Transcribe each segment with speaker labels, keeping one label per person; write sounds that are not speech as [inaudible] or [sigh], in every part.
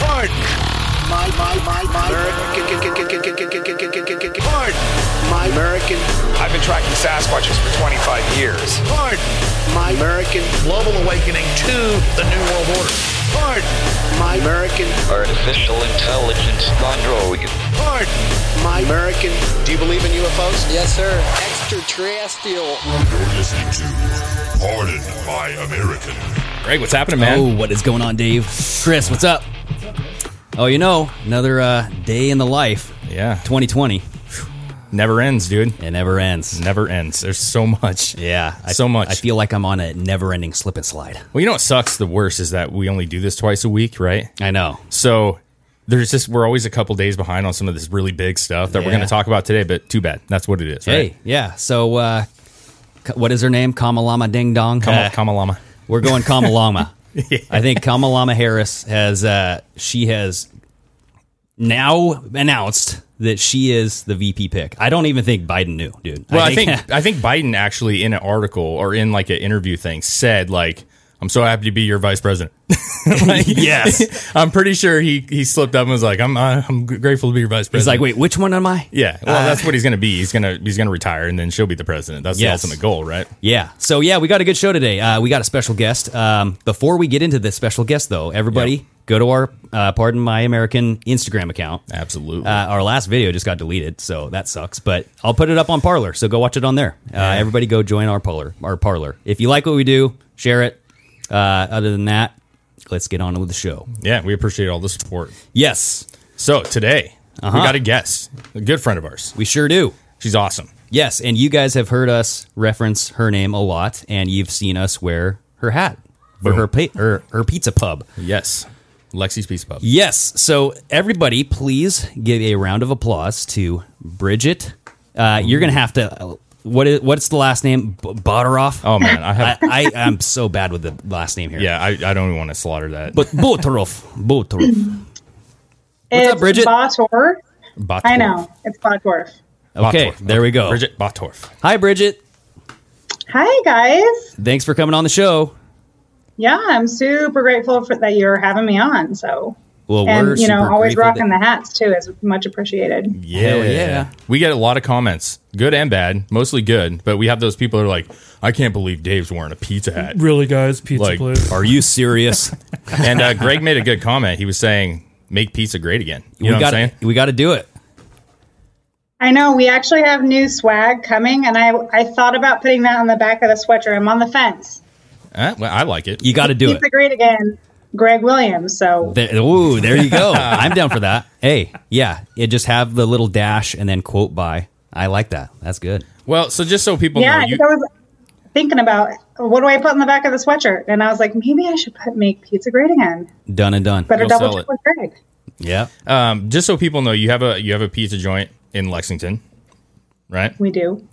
Speaker 1: Pardon.
Speaker 2: My, my, my, my
Speaker 1: American. Pardon.
Speaker 2: my American,
Speaker 1: I've been tracking Sasquatches for 25 years. Pardon.
Speaker 2: my American,
Speaker 1: Global awakening to the New World Order. Pardon.
Speaker 2: my American,
Speaker 3: Artificial intelligence Monroe.
Speaker 1: Pardon.
Speaker 2: my American.
Speaker 1: Do you believe in UFOs?
Speaker 4: Yes, sir. Extraterrestrial.
Speaker 5: You're listening to Pardon My American.
Speaker 6: Greg, what's happening, man?
Speaker 7: Oh, what is going on, Dave? Chris, what's up? Oh, you know, another uh, day in the life.
Speaker 6: Yeah.
Speaker 7: 2020.
Speaker 6: Never ends, dude.
Speaker 7: It never ends.
Speaker 6: Never ends. There's so much.
Speaker 7: Yeah. I,
Speaker 6: So much.
Speaker 7: I feel like I'm on a never ending slip and slide.
Speaker 6: Well, you know what sucks the worst is that we only do this twice a week, right?
Speaker 7: I know.
Speaker 6: So there's just we're always a couple days behind on some of this really big stuff that we're
Speaker 7: Yeah.
Speaker 6: going to talk about today. But too bad. That's what it is.
Speaker 7: Hey, yeah. So, uh, K- what is her name? Kamalama Ding Dong.
Speaker 6: right?
Speaker 7: Uh,
Speaker 6: Kama, Kamalama.
Speaker 7: We're
Speaker 6: [laughs]
Speaker 7: going Kamalama. I think Kamalama Harris has uh, she has now announced that she is the VP pick. I don't even think Biden knew, dude.
Speaker 6: Well, I think
Speaker 7: [laughs]
Speaker 6: I think Biden actually in an article or in like an interview thing said like. I'm so happy to be your vice president. Like,
Speaker 7: [laughs] Yes.
Speaker 6: [laughs] I'm pretty sure he, he slipped up and was like, "I'm I'm grateful to be your vice president."
Speaker 7: he's like, wait, which one
Speaker 6: [laughs]
Speaker 7: am I?
Speaker 6: Yeah, well, that's what he's gonna be. He's gonna he's gonna retire, and then she'll be the president. That's
Speaker 7: Uh, Yes.
Speaker 6: the ultimate goal, right?
Speaker 7: Yeah. So yeah, we got a good show today. Uh, we got a special guest. Um, before we get into this special guest, though, everybody
Speaker 6: Yep.
Speaker 7: go to our uh, pardon my American Instagram account.
Speaker 6: Absolutely.
Speaker 7: Uh, our last video just got deleted, so that sucks. But I'll put it up on Parlor, so go watch it on there. Uh, everybody, go join our Parlor. Our Parlor. If you like what we do, share it. Uh, other than that, let's get on with the show.
Speaker 6: yeah, we appreciate all the support.
Speaker 7: Yes,
Speaker 6: So today
Speaker 7: Uh-huh.
Speaker 6: we got a guest, a good friend of ours.
Speaker 7: we sure do.
Speaker 6: She's awesome.
Speaker 7: Yes, and you guys have heard us reference her name a lot, and you've seen us wear her hat for
Speaker 6: Boom.
Speaker 7: her, pa- her her pizza pub.
Speaker 6: Yes, Lexi's Pizza Pub.
Speaker 7: Yes. So everybody, please give a round of applause to Bridget. Uh, you're gonna have to. What is what's the last name? B- Botteroff.
Speaker 6: Oh man, I
Speaker 7: [laughs] I,
Speaker 6: have.
Speaker 7: I am so bad with the last name here.
Speaker 6: yeah, I, I don't even want to slaughter that.
Speaker 7: But Botteroff.
Speaker 6: [laughs]
Speaker 7: Botteroff. What's up, Bridget?
Speaker 8: Bator.
Speaker 6: Botorf.
Speaker 8: I know. It's Bator.
Speaker 7: Okay, there we go.
Speaker 6: Bridget Botorf.
Speaker 7: Hi, Bridget.
Speaker 8: Hi, guys.
Speaker 7: Thanks for coming on the show.
Speaker 8: Yeah, I'm super grateful for that you're having me on. So,
Speaker 7: Well, we're
Speaker 8: and you know,
Speaker 7: super
Speaker 8: always
Speaker 7: grateful
Speaker 8: rocking
Speaker 7: that-
Speaker 8: the hats too is much appreciated.
Speaker 6: Yeah,
Speaker 7: Hell yeah.
Speaker 6: We get a lot of comments, good and bad, mostly good. But we have those people who are like, I can't believe Dave's wearing a pizza hat.
Speaker 9: Really, guys, pizza
Speaker 6: Like,
Speaker 9: place.
Speaker 7: Are you serious?
Speaker 6: [laughs] and uh, Greg made a good comment. He was saying, "Make pizza great again." You
Speaker 7: we
Speaker 6: know what I'm
Speaker 7: gotta,
Speaker 6: saying?
Speaker 7: We got to do it.
Speaker 8: I know we actually have new swag coming, and I I thought about putting that on the back of the sweater. I'm on the fence.
Speaker 6: Uh, well, I like it.
Speaker 7: You got to do
Speaker 8: Keep [laughs]
Speaker 7: it.
Speaker 8: the great again, Greg Williams. So
Speaker 7: There, ooh, there
Speaker 6: [laughs]
Speaker 7: you go. I'm down for that. Hey, yeah, yeah, just have the little dash and then quote by. I like that. That's good.
Speaker 6: Well, so just so people know,
Speaker 8: yeah, I
Speaker 6: you,
Speaker 8: think I was thinking about what do I put on the back of the sweater, and I was like, maybe I should put make pizza great again.
Speaker 7: Done and done.
Speaker 8: Better
Speaker 6: You'll
Speaker 8: double
Speaker 6: sell
Speaker 8: check
Speaker 6: it.
Speaker 8: with Greg.
Speaker 7: Yeah.
Speaker 6: um, just so people know, you have a you have a pizza joint in Lexington, right?
Speaker 8: We do.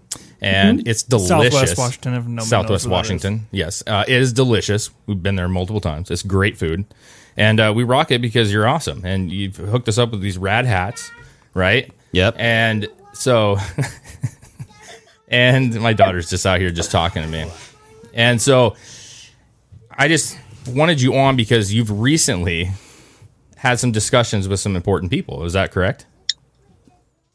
Speaker 6: And it's delicious.
Speaker 9: Mm-hmm. Southwest Washington, if nobody knows
Speaker 6: Southwest
Speaker 9: where that is.
Speaker 6: Washington. Yes, uh, it is delicious. We've been there multiple times. It's great food, and uh, we rock it because you're awesome, and you've hooked us up with these rad hats, right?
Speaker 7: Yep.
Speaker 6: And so, [laughs] and my daughter's just out here just talking to me, and so I just wanted you on because you've recently had some discussions with some important people. Is that correct?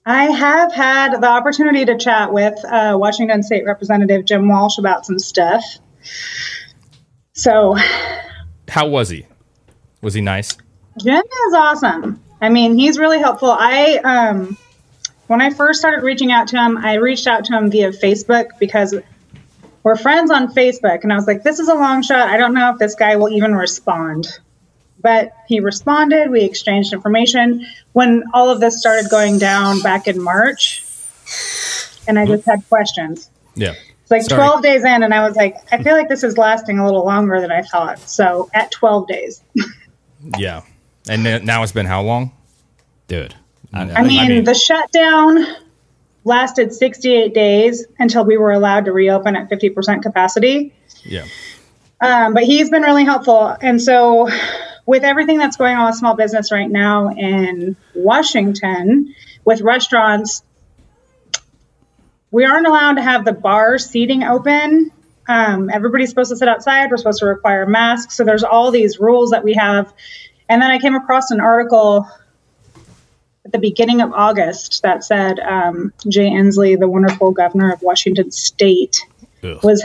Speaker 8: I have had the opportunity to chat with uh, Washington State Representative Jim Walsh about some stuff. So
Speaker 6: How was he? Was he nice?
Speaker 8: Jim is awesome. I mean, he's really helpful. I um when I first started reaching out to him, I reached out to him via Facebook because we're friends on Facebook and I was like, this is a long shot. I don't know if this guy will even respond. But he responded, we exchanged information when all of this started going down back in March. And I just had questions.
Speaker 6: Yeah.
Speaker 8: It's like
Speaker 6: Sorry.
Speaker 8: 12 days in, and I was like, I feel like this is lasting a little longer than I thought. So at 12 days,
Speaker 6: Yeah. And then, now it's been how long?
Speaker 7: Dude.
Speaker 8: I mean, the shutdown lasted 68 days until we were allowed to reopen at 50% capacity.
Speaker 6: yeah.
Speaker 8: Um, but he's been really helpful. And so, with everything that's going on with small business right now in Washington, with restaurants, we aren't allowed to have the bar seating open. Um, everybody's supposed to sit outside. We're supposed to require masks. So, there's all these rules that we have. And then I came across an article at the beginning of August that said um, Jay Inslee, the wonderful governor of Washington state,
Speaker 6: Ugh.
Speaker 8: was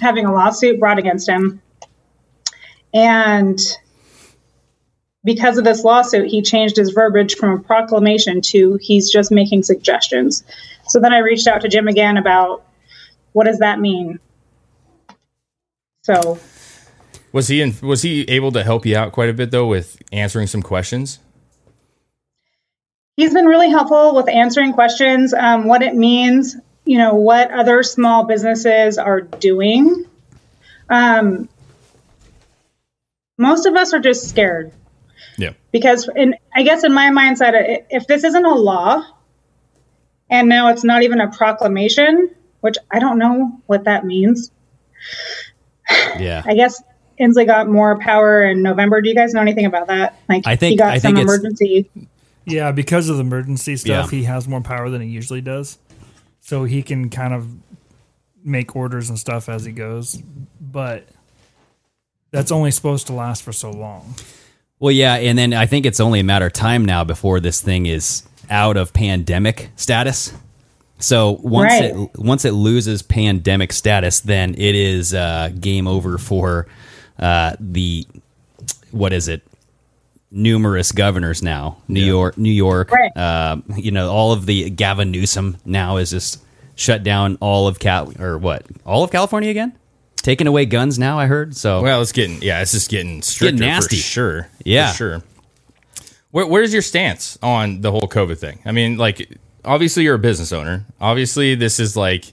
Speaker 8: having a lawsuit brought against him. And because of this lawsuit, he changed his verbiage from a proclamation to he's just making suggestions. So then I reached out to Jim again about what does that mean? So
Speaker 6: Was he in, was he able to help you out quite a bit though with answering some questions?
Speaker 8: he's been really helpful with answering questions, um, what it means, you know, what other small businesses are doing. Um, most of us are just scared.
Speaker 6: Yeah.
Speaker 8: Because, in, I guess, in my mindset, i- if this isn't a law and now it's not even a proclamation, which I don't know what that means,
Speaker 7: Yeah.
Speaker 8: I guess Inslee got more power in November. Do you guys know anything about that? Like,
Speaker 9: I think-
Speaker 8: he got
Speaker 9: I
Speaker 8: some
Speaker 9: think it's-
Speaker 8: emergency.
Speaker 9: Yeah, because of the emergency stuff,
Speaker 7: Yeah.
Speaker 9: he has more power than he usually does. So he can kind of make orders and stuff as he goes. But that's only supposed to last for so long.
Speaker 7: Well, yeah, and then I think it's only a matter of time now before this thing is out of pandemic status. So once
Speaker 10: Right.
Speaker 7: it once it loses pandemic status, then it is uh, game over for uh, the what is it? Numerous governors now, New York, New York. um, you know, all of the Gavin Newsom now is just shut down all of Cal or what? All of California again? Taking away guns now. I heard so.
Speaker 6: Well, it's getting yeah, it's just getting stricter
Speaker 7: Getting nasty.
Speaker 6: for sure.
Speaker 7: Yeah.
Speaker 6: for sure. Where, where's your stance on the whole COVID thing? I mean, like, obviously you're a business owner. Obviously, this is like,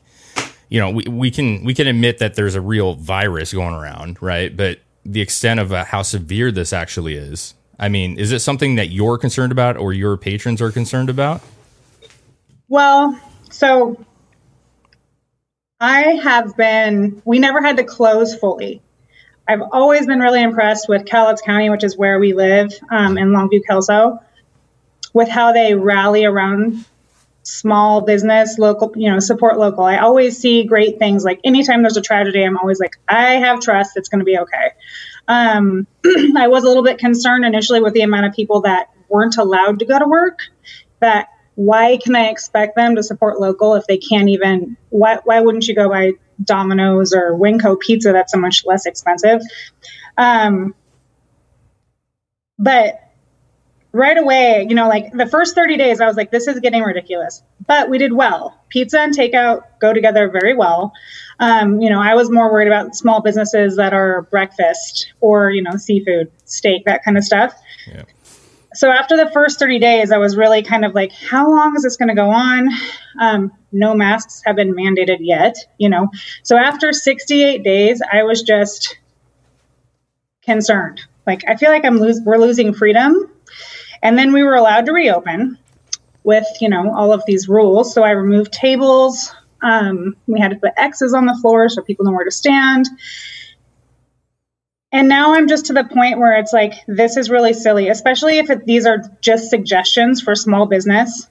Speaker 6: you know, we, we can we can admit that there's a real virus going around, right? But the extent of uh, how severe this actually is, I mean, is it something that you're concerned about or your patrons are concerned about?
Speaker 8: Well, so I have been, we never had to close fully. I've always been really impressed with Cowlitz County, which is where we live um, in Longview, Kelso, with how they rally around small business, local, you know, support local. I always see great things. Like anytime there's a tragedy, I'm always like, I have trust. It's going to be okay. Um, [clears throat] I was a little bit concerned initially with the amount of people that weren't allowed to go to work. That why can I expect them to support local if they can't even? Why why wouldn't you go buy Domino's or Winco pizza that's so much less expensive? Um, but right away, you know, like the first 30 days, I was like, this is getting ridiculous. But we did well. Pizza and takeout go together very well. Um, you know, I was more worried about small businesses that are breakfast or, you know, seafood, steak, that kind of stuff. So after the first 30 days, I was really kind of like, how long is this going to go on? Um, no masks have been mandated yet, you know. So after 68 days, I was just concerned. Like, I feel like I'm lose- we're losing freedom. And then we were allowed to reopen with, you know, all of these rules. So I removed tables. Um, we had to put X's on the floor so people know where to stand. And now I'm just to the point where it's like, this is really silly, especially if it, these are just suggestions for small business.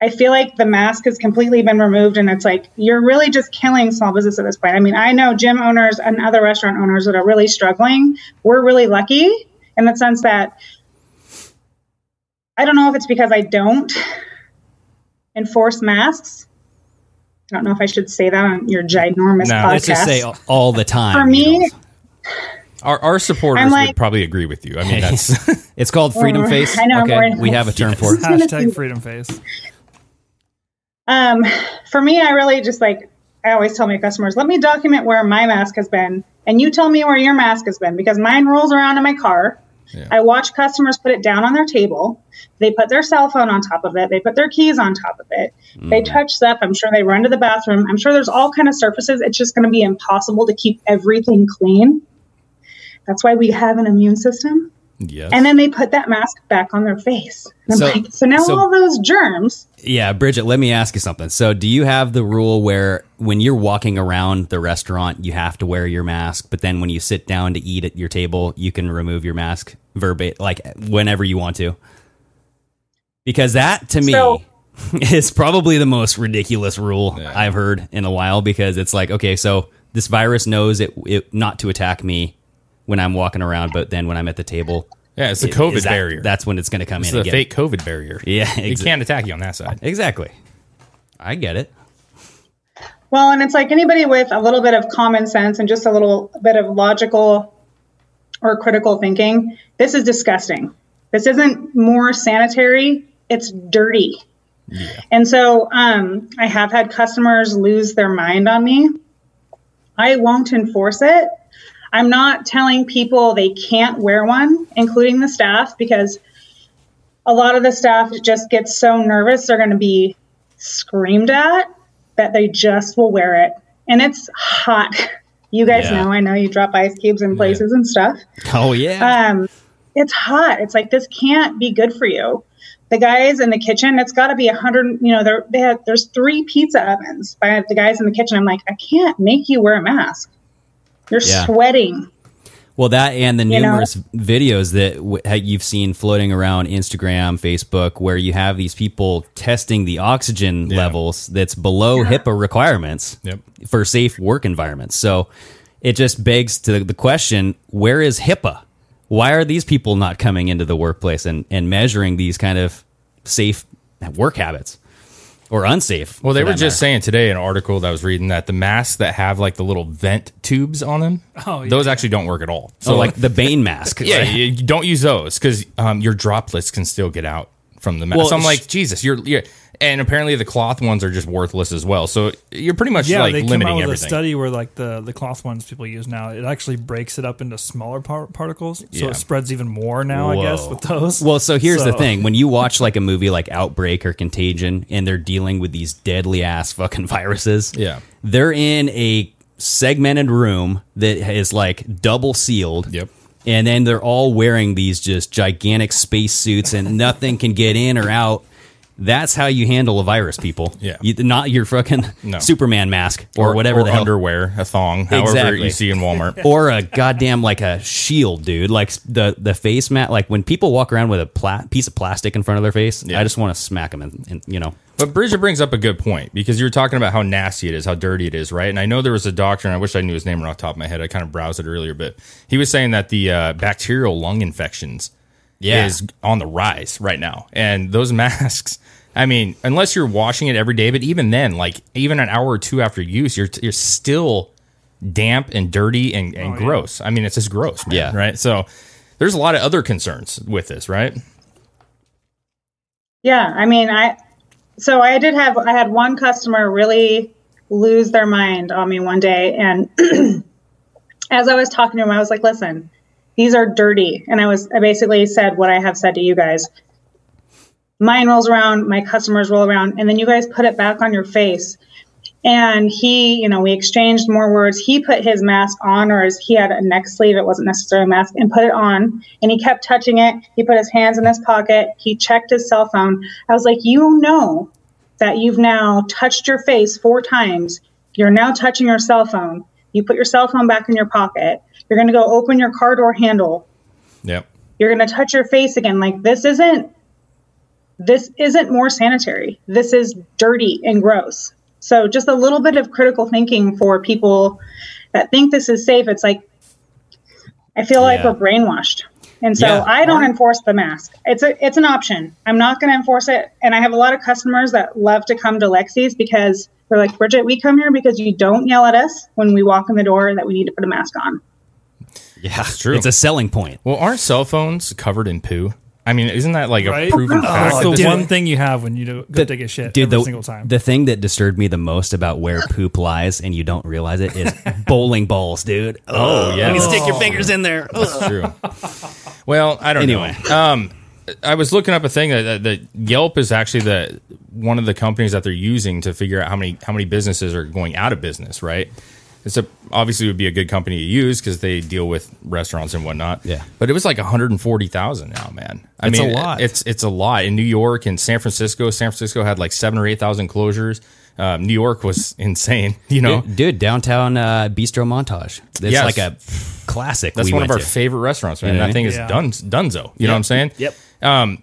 Speaker 8: I feel like the mask has completely been removed, and it's like, you're really just killing small business at this point. I mean, I know gym owners and other restaurant owners that are really struggling. We're really lucky in the sense that I don't know if it's because I don't enforce masks. I don't know if I should say that on your ginormous
Speaker 7: No,
Speaker 8: podcast.
Speaker 7: let's just say all, all the time.
Speaker 8: For me,
Speaker 6: Our, our supporters
Speaker 8: I'm like-
Speaker 6: would probably agree with you. I
Speaker 7: [laughs]
Speaker 6: mean, that's
Speaker 7: it's called
Speaker 8: freedom face. I know, I'm Okay, worried. we have a term for it.
Speaker 9: [laughs] Hashtag freedom face.
Speaker 8: Um, for me, I really just like I always tell my customers, let me document where my mask has been, and you tell me where your mask has been because mine rolls around in my car. I watch customers put it down on their table. They put their cell phone on top of it. They put their keys on top of it.
Speaker 7: Mm.
Speaker 8: They touch stuff. I'm sure they run to the bathroom. I'm sure there's all kind of surfaces. It's just going to be impossible to keep everything clean. That's why we have an immune system.
Speaker 6: Yes.
Speaker 8: And then they put that mask back on their face. And I'm
Speaker 7: So-
Speaker 8: like, so now
Speaker 7: so-
Speaker 8: all those germs
Speaker 7: Yeah, Bridget, let me ask you something. So, do you have the rule where when you're walking around the restaurant, you have to wear your mask, but then when you sit down to eat at your table, you can remove your mask verbatim, like whenever you want to? Because that to me [laughs] is probably the most ridiculous rule I've heard in a while because it's like, okay, so this virus knows it, it not to attack me when I'm walking around, but then when I'm at the table,
Speaker 6: Yeah, it's the
Speaker 7: i-
Speaker 6: COVID
Speaker 7: is that-
Speaker 6: barrier.
Speaker 7: That's when it's going to come
Speaker 6: It's
Speaker 7: in.
Speaker 6: the
Speaker 7: again.
Speaker 6: fake COVID barrier.
Speaker 7: Yeah,
Speaker 6: It
Speaker 7: exa-
Speaker 6: can't attack you on that side.
Speaker 7: Exactly. I get it.
Speaker 8: Well, and it's like anybody with a little bit of common sense and just a little bit of logical or critical thinking, this is disgusting. This isn't more sanitary, it's dirty. And so um, I have had customers lose their mind on me. I won't enforce it. I'm not telling people they can't wear one, including the staff, because a lot of the staff just gets so nervous they're going to be screamed at that they just will wear it. And it's hot. You guys
Speaker 7: Yeah.
Speaker 8: know, I know you drop ice cubes in places and stuff.
Speaker 7: Oh yeah.
Speaker 8: Um, it's hot. It's like this can't be good for you. The guys in the kitchen, it's got to be a hundred. You know, there they had, there's three pizza ovens by the guys in the kitchen. I'm like, I can't make you wear a mask. You're
Speaker 7: Yeah.
Speaker 8: sweating.
Speaker 7: Well, that and the
Speaker 8: You know?
Speaker 7: numerous videos that w- ha- you've seen floating around Instagram, Facebook, where you have these people testing the oxygen levels that's below HIPAA requirements for safe work environments. So it just begs to the question where is HIPAA? Why are these people not coming into the workplace and, and measuring these kind of safe work habits or unsafe?
Speaker 6: Well, they
Speaker 7: for
Speaker 6: were
Speaker 7: that
Speaker 6: just saying today in an article that I was reading that the masks that have like the little vent tubes on them,
Speaker 9: Oh, yeah.
Speaker 6: those actually don't work at all.
Speaker 7: matter. So, like Oh, the Bane
Speaker 6: [laughs]
Speaker 7: mask.
Speaker 6: yeah, you you don't use those because um, your droplets can still get out from the mask.
Speaker 7: Well,
Speaker 6: so I'm
Speaker 7: it's-
Speaker 6: like, Jesus, you're, you're, and apparently the cloth ones are just worthless as well. So you're pretty much
Speaker 9: yeah,
Speaker 6: like
Speaker 9: they came
Speaker 6: limiting
Speaker 9: out with
Speaker 6: everything.
Speaker 9: a study where like the, the cloth ones people use now, it actually breaks it up into smaller par- particles, so
Speaker 7: Yeah.
Speaker 9: it spreads even more now. I guess
Speaker 7: Whoa.
Speaker 9: with those.
Speaker 7: Well, so here's the
Speaker 9: So-
Speaker 7: thing: when you watch
Speaker 9: [laughs]
Speaker 7: like a movie like Outbreak or Contagion, and they're dealing with these deadly ass fucking viruses,
Speaker 6: Yeah.
Speaker 7: they're in a segmented room that is like double sealed. Yep. And then they're all wearing these just gigantic space suits,
Speaker 9: [laughs]
Speaker 7: and nothing can get in or out. That's how you handle a virus, people.
Speaker 6: Yeah.
Speaker 7: You, not your fucking
Speaker 6: No.
Speaker 7: Superman mask or,
Speaker 6: Or-
Speaker 7: whatever
Speaker 6: or
Speaker 7: the hell.
Speaker 6: underwear, a thong, however
Speaker 7: Exactly.
Speaker 6: you see in Walmart.
Speaker 7: or a goddamn like a shield, dude. Like the the face mat. Like when people walk around with a pla- piece of plastic in front of their face, I just want to smack them. And, and you know,
Speaker 6: But Bridger brings up a good point because you were talking about how nasty it is, how dirty it is, right? And I know there was a doctor, and I wish I knew his name right off the top of my head. I kind of browsed it earlier, but he was saying that the uh, bacterial lung infections
Speaker 7: Yeah.
Speaker 6: is on the rise right now. And those [laughs] masks, I mean, unless you're washing it every day, but even then, like even an hour or two after use, you're, you're still damp and dirty and, and gross. I mean, it's just gross, man,
Speaker 7: Yeah.
Speaker 6: right? So there's a lot of other concerns with this, right?
Speaker 8: Yeah, I mean, I so I did have I had one customer really lose their mind on me one day, and [clears throat] as I was talking to him, I was like, "Listen, these are dirty," and I was I basically said what I have said to you guys. Mine rolls around, my customers roll around, and then you guys put it back on your face. And he, you know, we exchanged more words. He put his mask on, or his, he had a neck sleeve. It wasn't necessarily a mask, and put it on. And he kept touching it. He put his hands in his pocket. He checked his cell phone. I was like, you know, that you've now touched your face four times. You're now touching your cell phone. You put your cell phone back in your pocket. You're going to go open your car door handle.
Speaker 6: Yep.
Speaker 8: You're going to touch your face again. Like this isn't this isn't more sanitary. This is dirty and gross. So just a little bit of critical thinking for people that think this is safe. It's like I feel like
Speaker 7: Yeah.
Speaker 8: we're brainwashed. And so
Speaker 7: Yeah.
Speaker 8: I don't enforce the mask. It's a it's an option. I'm not going to enforce it. And I have a lot of customers that love to come to Lexi's because they're like, Bridget, we come here because you don't yell at us when we walk in the door that we need to put a mask on.
Speaker 7: Yeah, it's true. It's a selling point.
Speaker 6: Well, aren't cell phones covered in poo? I mean, isn't that like
Speaker 9: Right?
Speaker 6: a proven fact?
Speaker 9: That's uh, the one thing you have when you do, go take a shit every
Speaker 7: the,
Speaker 9: single time.
Speaker 7: the thing that disturbed me the most about where poop lies and you don't realize it is [laughs] bowling balls, dude.
Speaker 6: Oh, yeah.
Speaker 7: You can stick your
Speaker 6: Oh.
Speaker 7: fingers in there.
Speaker 6: That's true. Well, I don't
Speaker 7: Anyway.
Speaker 6: know. Um, I was looking up a thing that, that, that Yelp is actually the one of the companies that they're using to figure out how many how many businesses are going out of business. Right? It's a obviously would be a good company to use because they deal with restaurants and whatnot. Yeah. But it was like 140,000 now, man. I
Speaker 7: It's a
Speaker 6: mean,
Speaker 7: lot.
Speaker 6: It's it's a lot in New York and San Francisco. San Francisco had like seven or eight thousand closures. Um, New York was [laughs] insane. You know,
Speaker 7: dude, dude, downtown uh, bistro montage. It's
Speaker 6: Yes.
Speaker 7: like a classic.
Speaker 6: That's
Speaker 7: we
Speaker 6: one of
Speaker 7: went
Speaker 6: our
Speaker 7: to.
Speaker 6: favorite restaurants, man.
Speaker 7: You know what I
Speaker 6: that thing
Speaker 7: mean?
Speaker 6: is
Speaker 7: Yeah.
Speaker 6: done, dunzo. You know what I'm saying?
Speaker 7: Yep.
Speaker 6: Um,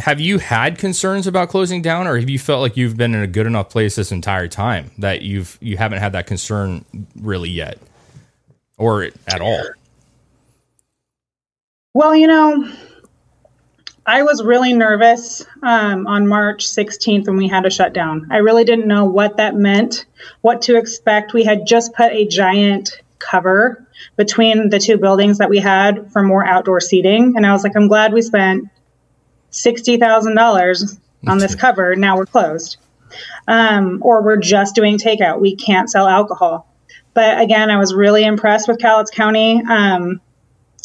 Speaker 6: have you had concerns about closing down, or have you felt like you've been in a good enough place this entire time that you've you haven't had that concern really yet, or at all?
Speaker 8: Well, you know, I was really nervous um, on March 16th when we had to shut down. I really didn't know what that meant, what to expect. We had just put a giant cover between the two buildings that we had for more outdoor seating. And I was like, I'm glad we spent $60,000 on this cover. Now we're closed. Um, or we're just doing takeout. We can't sell alcohol. But again, I was really impressed with Cowlitz County. Um,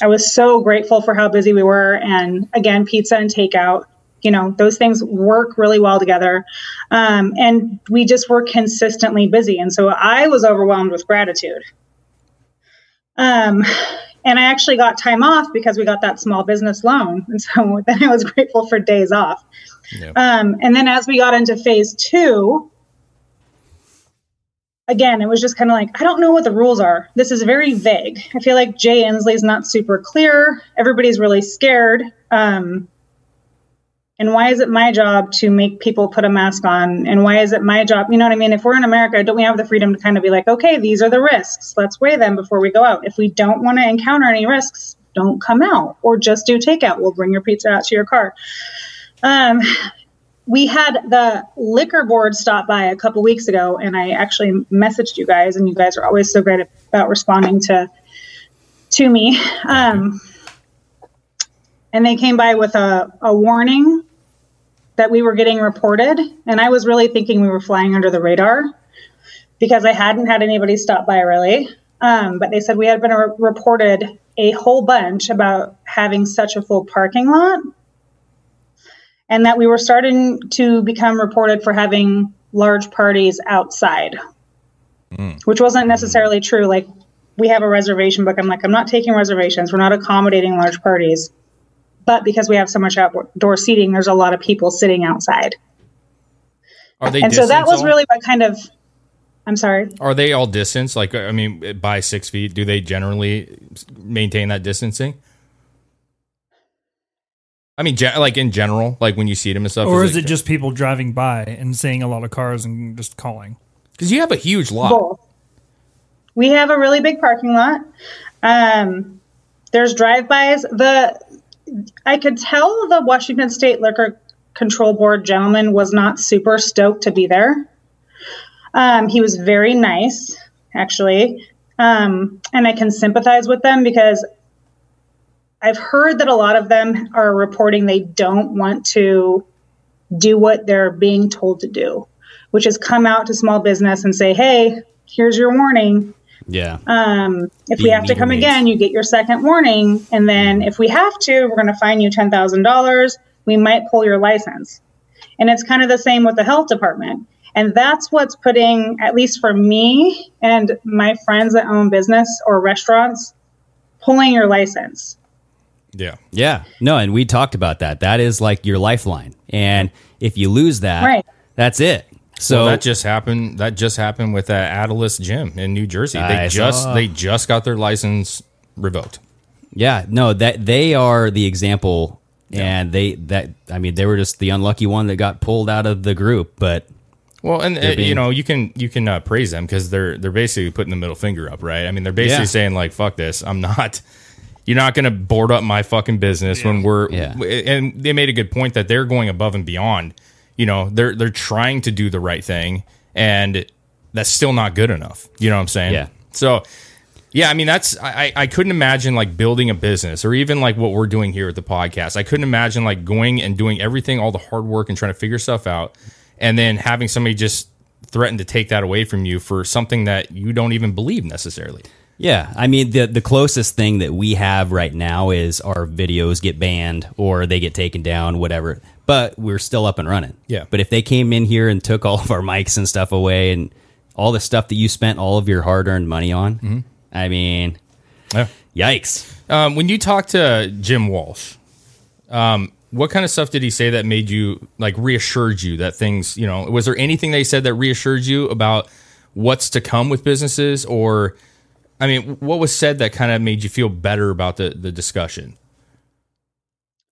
Speaker 8: I was so grateful for how busy we were. And again, pizza and takeout, you know, those things work really well together. Um, and we just were consistently busy. And so I was overwhelmed with gratitude. Um, and I actually got time off because we got that small business loan. And so [laughs] then I was grateful for days off. Um, and then as we got into phase two, again, it was just kind of like, I don't know what the rules are. This is very vague. I feel like Jay Inslee's not super clear. Everybody's really scared. Um, and why is it my job to make people put a mask on? And why is it my job? You know what I mean? If we're in America, don't we have the freedom to kind of be like, okay, these are the risks. Let's weigh them before we go out. If we don't want to encounter any risks, don't come out or just do takeout. We'll bring your pizza out to your car. Um, we had the liquor board stop by a couple weeks ago and i actually messaged you guys and you guys are always so great about responding to to me um, and they came by with a, a warning that we were getting reported and i was really thinking we were flying under the radar because i hadn't had anybody stop by really um, but they said we had been re- reported a whole bunch about having such a full parking lot and that we were starting to become reported for having large parties outside, which wasn't necessarily true. Like, we have a reservation book. I'm like, I'm not taking reservations. We're not accommodating large parties. But because we have so much outdoor seating, there's a lot of people sitting outside.
Speaker 6: Are they
Speaker 8: and so that
Speaker 6: distanced
Speaker 8: was
Speaker 6: all?
Speaker 8: really what kind of, I'm sorry.
Speaker 6: Are they all distanced? Like, I mean, by six feet, do they generally maintain that distancing? I mean, ge- like in general, like when you see them and stuff,
Speaker 9: or is it just people driving by and seeing a lot of cars and just calling?
Speaker 6: because you have a huge lot?
Speaker 8: Both. We have a really big parking lot. Um, there's drive-bys. The I could tell the Washington State Liquor Control Board gentleman was not super stoked to be there. Um, he was very nice, actually, um, and I can sympathize with them because I've heard that a lot of them are reporting they don't want to do what they're being told to do, which is come out to small business and say, "Hey, here's your warning.
Speaker 7: Yeah.
Speaker 8: Um, if we
Speaker 7: Being
Speaker 8: have to come again, you get your second warning, and then if we have to, we're going to fine you ten thousand dollars. We might pull your license." And it's kind of the same with the health department. And that's what's putting, at least for me and my friends that own business or restaurants, pulling your license.
Speaker 6: Yeah.
Speaker 7: Yeah. No, and we talked about that. That is like your lifeline. And if you lose that,
Speaker 8: Right.
Speaker 7: that's it. So
Speaker 6: Well, that just happened. That just happened with that Atlas Gym in New Jersey. They
Speaker 7: I
Speaker 6: just
Speaker 7: saw.
Speaker 6: they just got their license revoked.
Speaker 7: Yeah, no, that they are the example, and they that I mean they were just the unlucky one that got pulled out of the group, but
Speaker 6: Well, and uh,
Speaker 7: They're
Speaker 6: you
Speaker 7: being-
Speaker 6: know you can you can uh, praise them because they're they're basically putting the middle finger up, right? I mean, they're basically
Speaker 7: Yeah.
Speaker 6: saying like, "Fuck this, I'm not." You're not going to board up my fucking business when we're.
Speaker 7: Yeah.
Speaker 6: And they made a good point that they're going above and beyond. You know, they're they're trying to do the right thing, and that's still not good enough. You know what I'm saying?
Speaker 7: Yeah.
Speaker 6: So Yeah, I mean that's I, I- I couldn't imagine like building a business or even like what we're doing here at the podcast. I couldn't imagine like going and doing everything, all the hard work and trying to figure stuff out, and then having somebody just threaten to take that away from you for something that you don't even believe necessarily.
Speaker 7: Yeah, I mean the the closest thing that we have right now is our videos get banned or they get taken down, whatever. But we're still up and running.
Speaker 6: Yeah.
Speaker 7: But if they came in here and took all of our mics and stuff away and all the stuff that you spent all of your hard earned money on,
Speaker 6: Mhm.
Speaker 7: I mean, yikes!
Speaker 6: Um, when you talk to Jim Walsh, um, what kind of stuff did he say that made you like reassured you that things you know was there anything they said that reassured you about what's to come with businesses or I mean what was said that kind of made you feel better about the the discussion,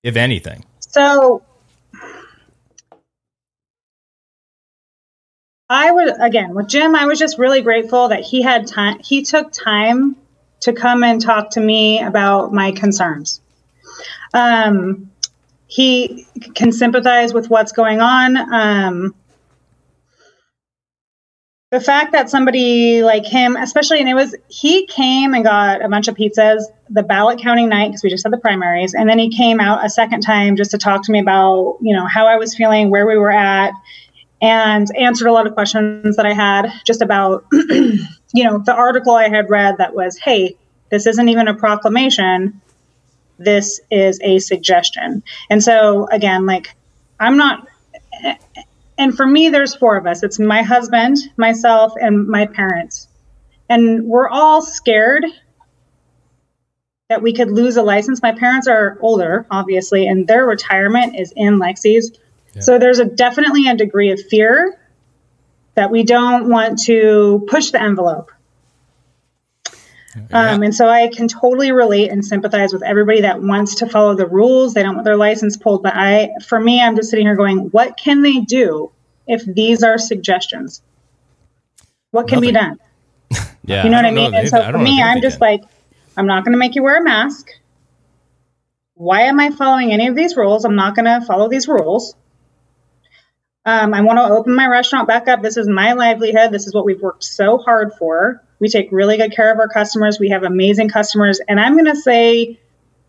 Speaker 6: if anything?
Speaker 8: So I would again with Jim, I was just really grateful that he had time he took time to come and talk to me about my concerns. Um he c- can sympathize with what's going on. Um the fact that somebody like him, especially, and it was, he came and got a bunch of pizzas the ballot counting night because we just had the primaries. And then he came out a second time just to talk to me about, you know, how I was feeling, where we were at, and answered a lot of questions that I had just about, [clears throat] you know, the article I had read that was, hey, this isn't even a proclamation. This is a suggestion. And so, again, like, I'm not and for me there's four of us it's my husband myself and my parents and we're all scared that we could lose a license my parents are older obviously and their retirement is in lexi's so there's a definitely a degree of fear that we don't want to push the envelope um, and so I can totally relate and sympathize with everybody that wants to follow the rules. They don't want their license pulled. But I, for me, I'm just sitting here going, what can they do if these are suggestions? What can be done?
Speaker 7: Yeah,
Speaker 8: you know what I mean? and so for me, I'm just like, I'm not going to make you wear a mask. Why am I following any of these rules? I'm not going to follow these rules. Um, I want to open my restaurant back up. This is my livelihood. This is what we've worked so hard for. We take really good care of our customers. We have amazing customers. And I'm going to say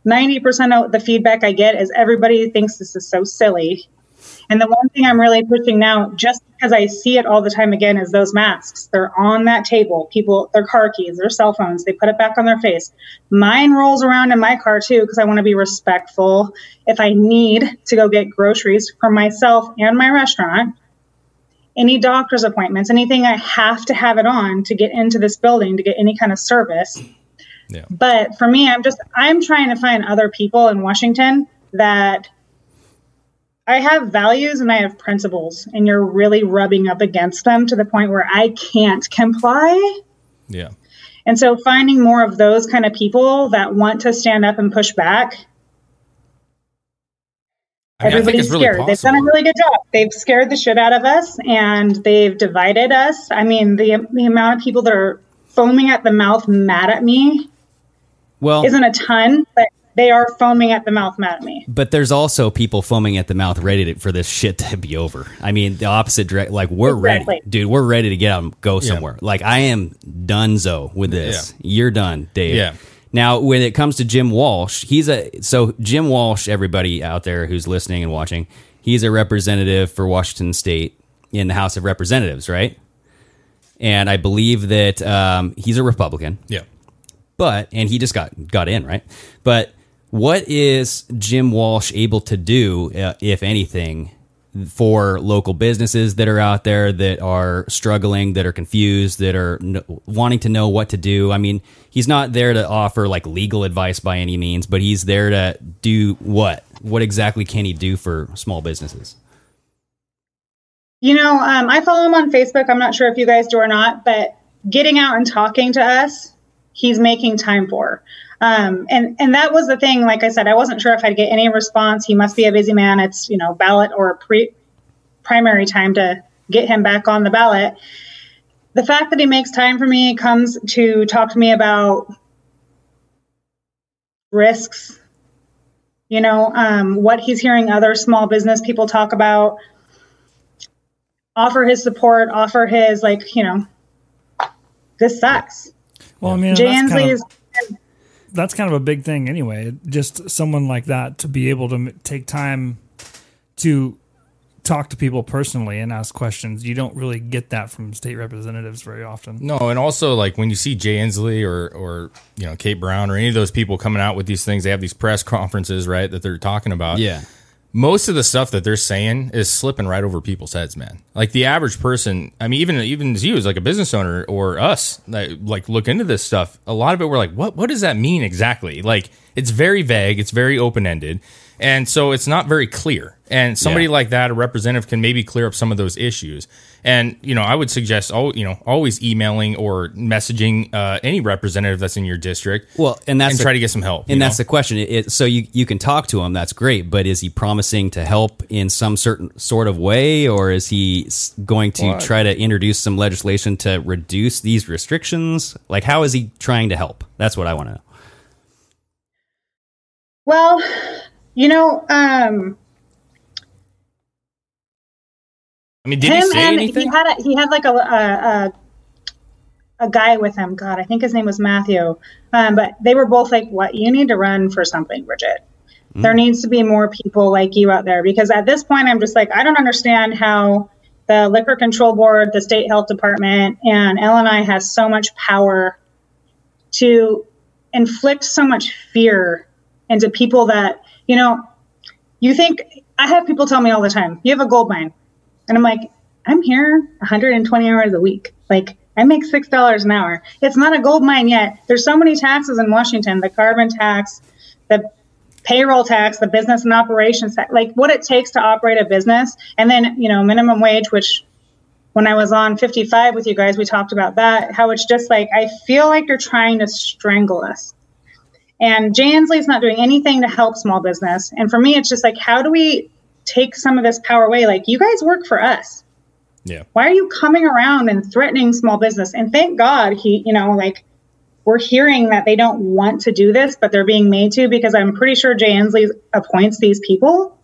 Speaker 8: 90% of the feedback I get is everybody thinks this is so silly. And the one thing I'm really pushing now, just because I see it all the time again, is those masks. They're on that table. People, their car keys, their cell phones, they put it back on their face. Mine rolls around in my car too, because I want to be respectful. If I need to go get groceries for myself and my restaurant, any doctor's appointments, anything I have to have it on to get into this building to get any kind of service.
Speaker 6: Yeah.
Speaker 8: But for me, I'm just, I'm trying to find other people in Washington that I have values and I have principles, and you're really rubbing up against them to the point where I can't comply.
Speaker 6: Yeah.
Speaker 8: And so, finding more of those kind of people that want to stand up and push back.
Speaker 6: I mean, I think
Speaker 8: Everybody's
Speaker 6: it's really
Speaker 8: scared. They've done a
Speaker 6: possible.
Speaker 8: really good job. They've scared the shit out of us and they've divided us. I mean, the, the amount of people that are foaming at the mouth mad at me
Speaker 6: Oh.
Speaker 7: Well,
Speaker 8: isn't a ton, but they are foaming at the mouth mad at me.
Speaker 7: But there's also people foaming at the mouth, ready to, for this shit to be over. I mean, the opposite direct. Like we're
Speaker 8: Exactly.
Speaker 7: ready, dude. We're ready to get out and go
Speaker 6: Yeah.
Speaker 7: somewhere. Like I am donezo with this. You're done, Dave.
Speaker 6: Yeah.
Speaker 7: Now, when it comes to Jim Walsh, he's a so Jim Walsh. Everybody out there who's listening and watching, he's a representative for Washington State in the House of Representatives, right? And I believe that um, he's a Republican
Speaker 6: Yeah.
Speaker 7: but and he just got got in right but what is jim walsh able to do uh, if anything for local businesses that are out there that are struggling that are confused that are n- wanting to know what to do i mean he's not there to offer like legal advice by any means but he's there to do what what exactly can he do for small businesses
Speaker 8: You know, um, I follow him on Facebook. I'm not sure if you guys do or not, but getting out and talking to us, he's making time for. Um, and and that was the thing. Like I said, I wasn't sure if I'd get any response. He must be a busy man. It's you know ballot or pre primary time to get him back on the ballot. The fact that he makes time for me comes to talk to me about risks. You know um, what he's hearing other small business people talk about offer his support, offer his like, you know, this sucks.
Speaker 9: Well, I mean,
Speaker 8: Jay
Speaker 9: that's kind,
Speaker 8: Inslee
Speaker 9: of,
Speaker 8: is
Speaker 9: that's kind of a big thing anyway. Just someone like that to be able to m- take time to talk to people personally and ask questions. You don't really get that from state representatives very often.
Speaker 6: No, and also like when you see Jay Inslee or or you know Kate Brown or any of those people coming out with these things, they have these press [laughs] conferences, right? That they're talking about.
Speaker 7: Yeah.
Speaker 6: Most of the stuff that they're saying is slipping right over people's heads, man. Like the average person, I mean, even even as you, as like a business owner or us, that like look into this stuff. A lot of it, we're like, what what does that mean exactly? Like it's very vague, it's very open ended, and so it's not very clear. And somebody
Speaker 7: Yeah.
Speaker 6: like that, a representative, can maybe clear up some of those issues. And you know, I would suggest, all you know, always emailing or messaging uh, any representative that's in your district.
Speaker 7: Well, and that's
Speaker 6: and
Speaker 7: the-
Speaker 6: try to get some help. you
Speaker 7: And that's
Speaker 6: know?
Speaker 7: the question. It, it, so you you can talk to him. That's great. But is he promising to help in some certain sort of way, or is he s- going to
Speaker 6: Well, I-
Speaker 7: try to introduce some legislation to reduce these restrictions? Like, how is he trying to help? That's what I want to know.
Speaker 8: Well, you know, um,
Speaker 6: I mean, did he say
Speaker 8: and
Speaker 6: anything?
Speaker 8: he had a, he had like a, a, a a guy with him. God, I think his name was Matthew. Um, but they were both like, "What you need to run for something, Bridget.
Speaker 6: Hmm.
Speaker 8: There needs to be more people like you out there because at this point, I'm just like, I don't understand how the liquor control board, the state health department, and LNI has so much power to inflict so much fear into people that you know. You think I have people tell me all the time, "You have a gold mine." And I'm like, I'm here 120 hours a week. Like, I make $6 an hour. It's not a gold mine yet. There's so many taxes in Washington the carbon tax, the payroll tax, the business and operations tax, like what it takes to operate a business. And then, you know, minimum wage, which when I was on 55 with you guys, we talked about that, how it's just like, I feel like you're trying to strangle us. And Jay Inslee's not doing anything to help small business. And for me, it's just like, how do we take some of this power away? Like, you guys work for us.
Speaker 6: Yeah.
Speaker 8: Why are you coming around and threatening small business? And thank God he, you know, like, we're hearing that they don't want to do this, but they're being made to because I'm pretty sure Jay Inslee appoints these people.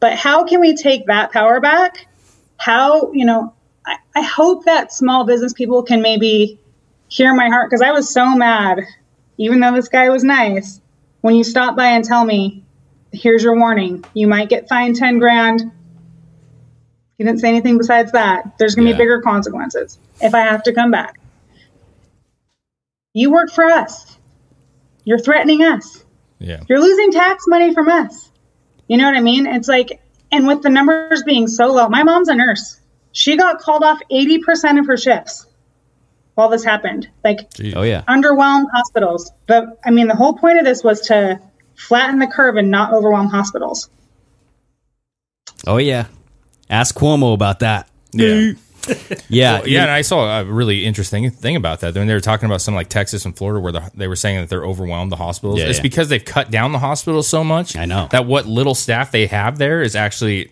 Speaker 8: But how can we take that power back? How, you know, I, I hope that small business people can maybe hear my heart because I was so mad, even though this guy was nice. When you stop by and tell me, here's your warning, you might get fined 10 grand. He didn't say anything besides that. There's going to
Speaker 6: Yeah.
Speaker 8: be bigger consequences if I have to come back. You work for us. You're threatening us.
Speaker 6: yeah.
Speaker 8: You're losing tax money from us. You know what I mean? It's like, and with the numbers being so low, my mom's a nurse. She got called off 80% of her shifts while this happened. Like,
Speaker 7: Oh yeah.
Speaker 8: underwhelm hospitals. But I mean, the whole point of this was to flatten the curve and not overwhelm hospitals.
Speaker 7: Oh yeah. Ask Cuomo about that.
Speaker 6: Yeah.
Speaker 7: Yeah.
Speaker 6: Well, yeah, and I saw a really interesting thing about that. When they were talking about some like Texas and Florida, where the, they were saying that they're overwhelmed the hospitals,
Speaker 7: Yeah,
Speaker 6: it's
Speaker 7: yeah.
Speaker 6: because they've cut down the hospitals so much. I know that what little staff they have there is actually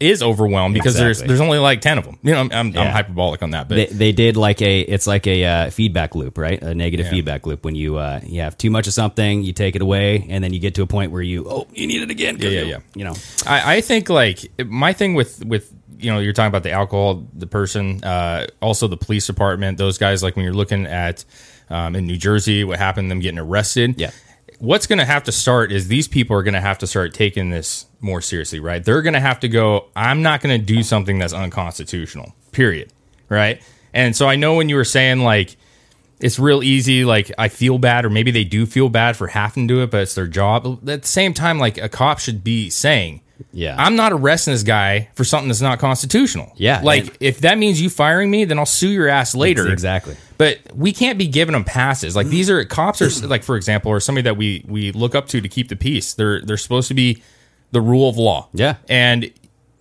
Speaker 6: is overwhelmed because
Speaker 7: Exactly.
Speaker 6: there's there's only like ten of them. You know, I'm, I'm, I'm
Speaker 7: Yeah.
Speaker 6: hyperbolic on that, but
Speaker 7: they, they did like a it's like a uh, feedback loop right a negative
Speaker 6: Yeah.
Speaker 7: feedback loop when you uh, you have too much of something you take it away and then you get to a point where you oh you need it again 'cause
Speaker 6: Yeah, yeah,
Speaker 7: you-
Speaker 6: yeah.
Speaker 7: you know
Speaker 6: I, I think like my thing with with you know you're talking about the alcohol the person uh, also the police department those guys like when you're looking at um, in New Jersey what happened them getting arrested yeah what's going to have to start is these people are going to have to start taking this more seriously right they're going to have to go I'm not going to do something that's unconstitutional period right and so I know when you were saying like it's real easy. Like I feel bad, or maybe they do feel bad for having to do it, but it's their job. At the same time, like a cop should be saying,
Speaker 7: "Yeah,
Speaker 6: I'm not arresting this guy for something that's not constitutional."
Speaker 7: Yeah,
Speaker 6: like
Speaker 7: and-
Speaker 6: if that means you firing me, then I'll sue your ass later.
Speaker 7: Exactly.
Speaker 6: But we can't be giving them passes. Like these are cops are like for example, or somebody that we we look up to to keep the peace. They're they're supposed to be the rule of law.
Speaker 7: Yeah.
Speaker 6: And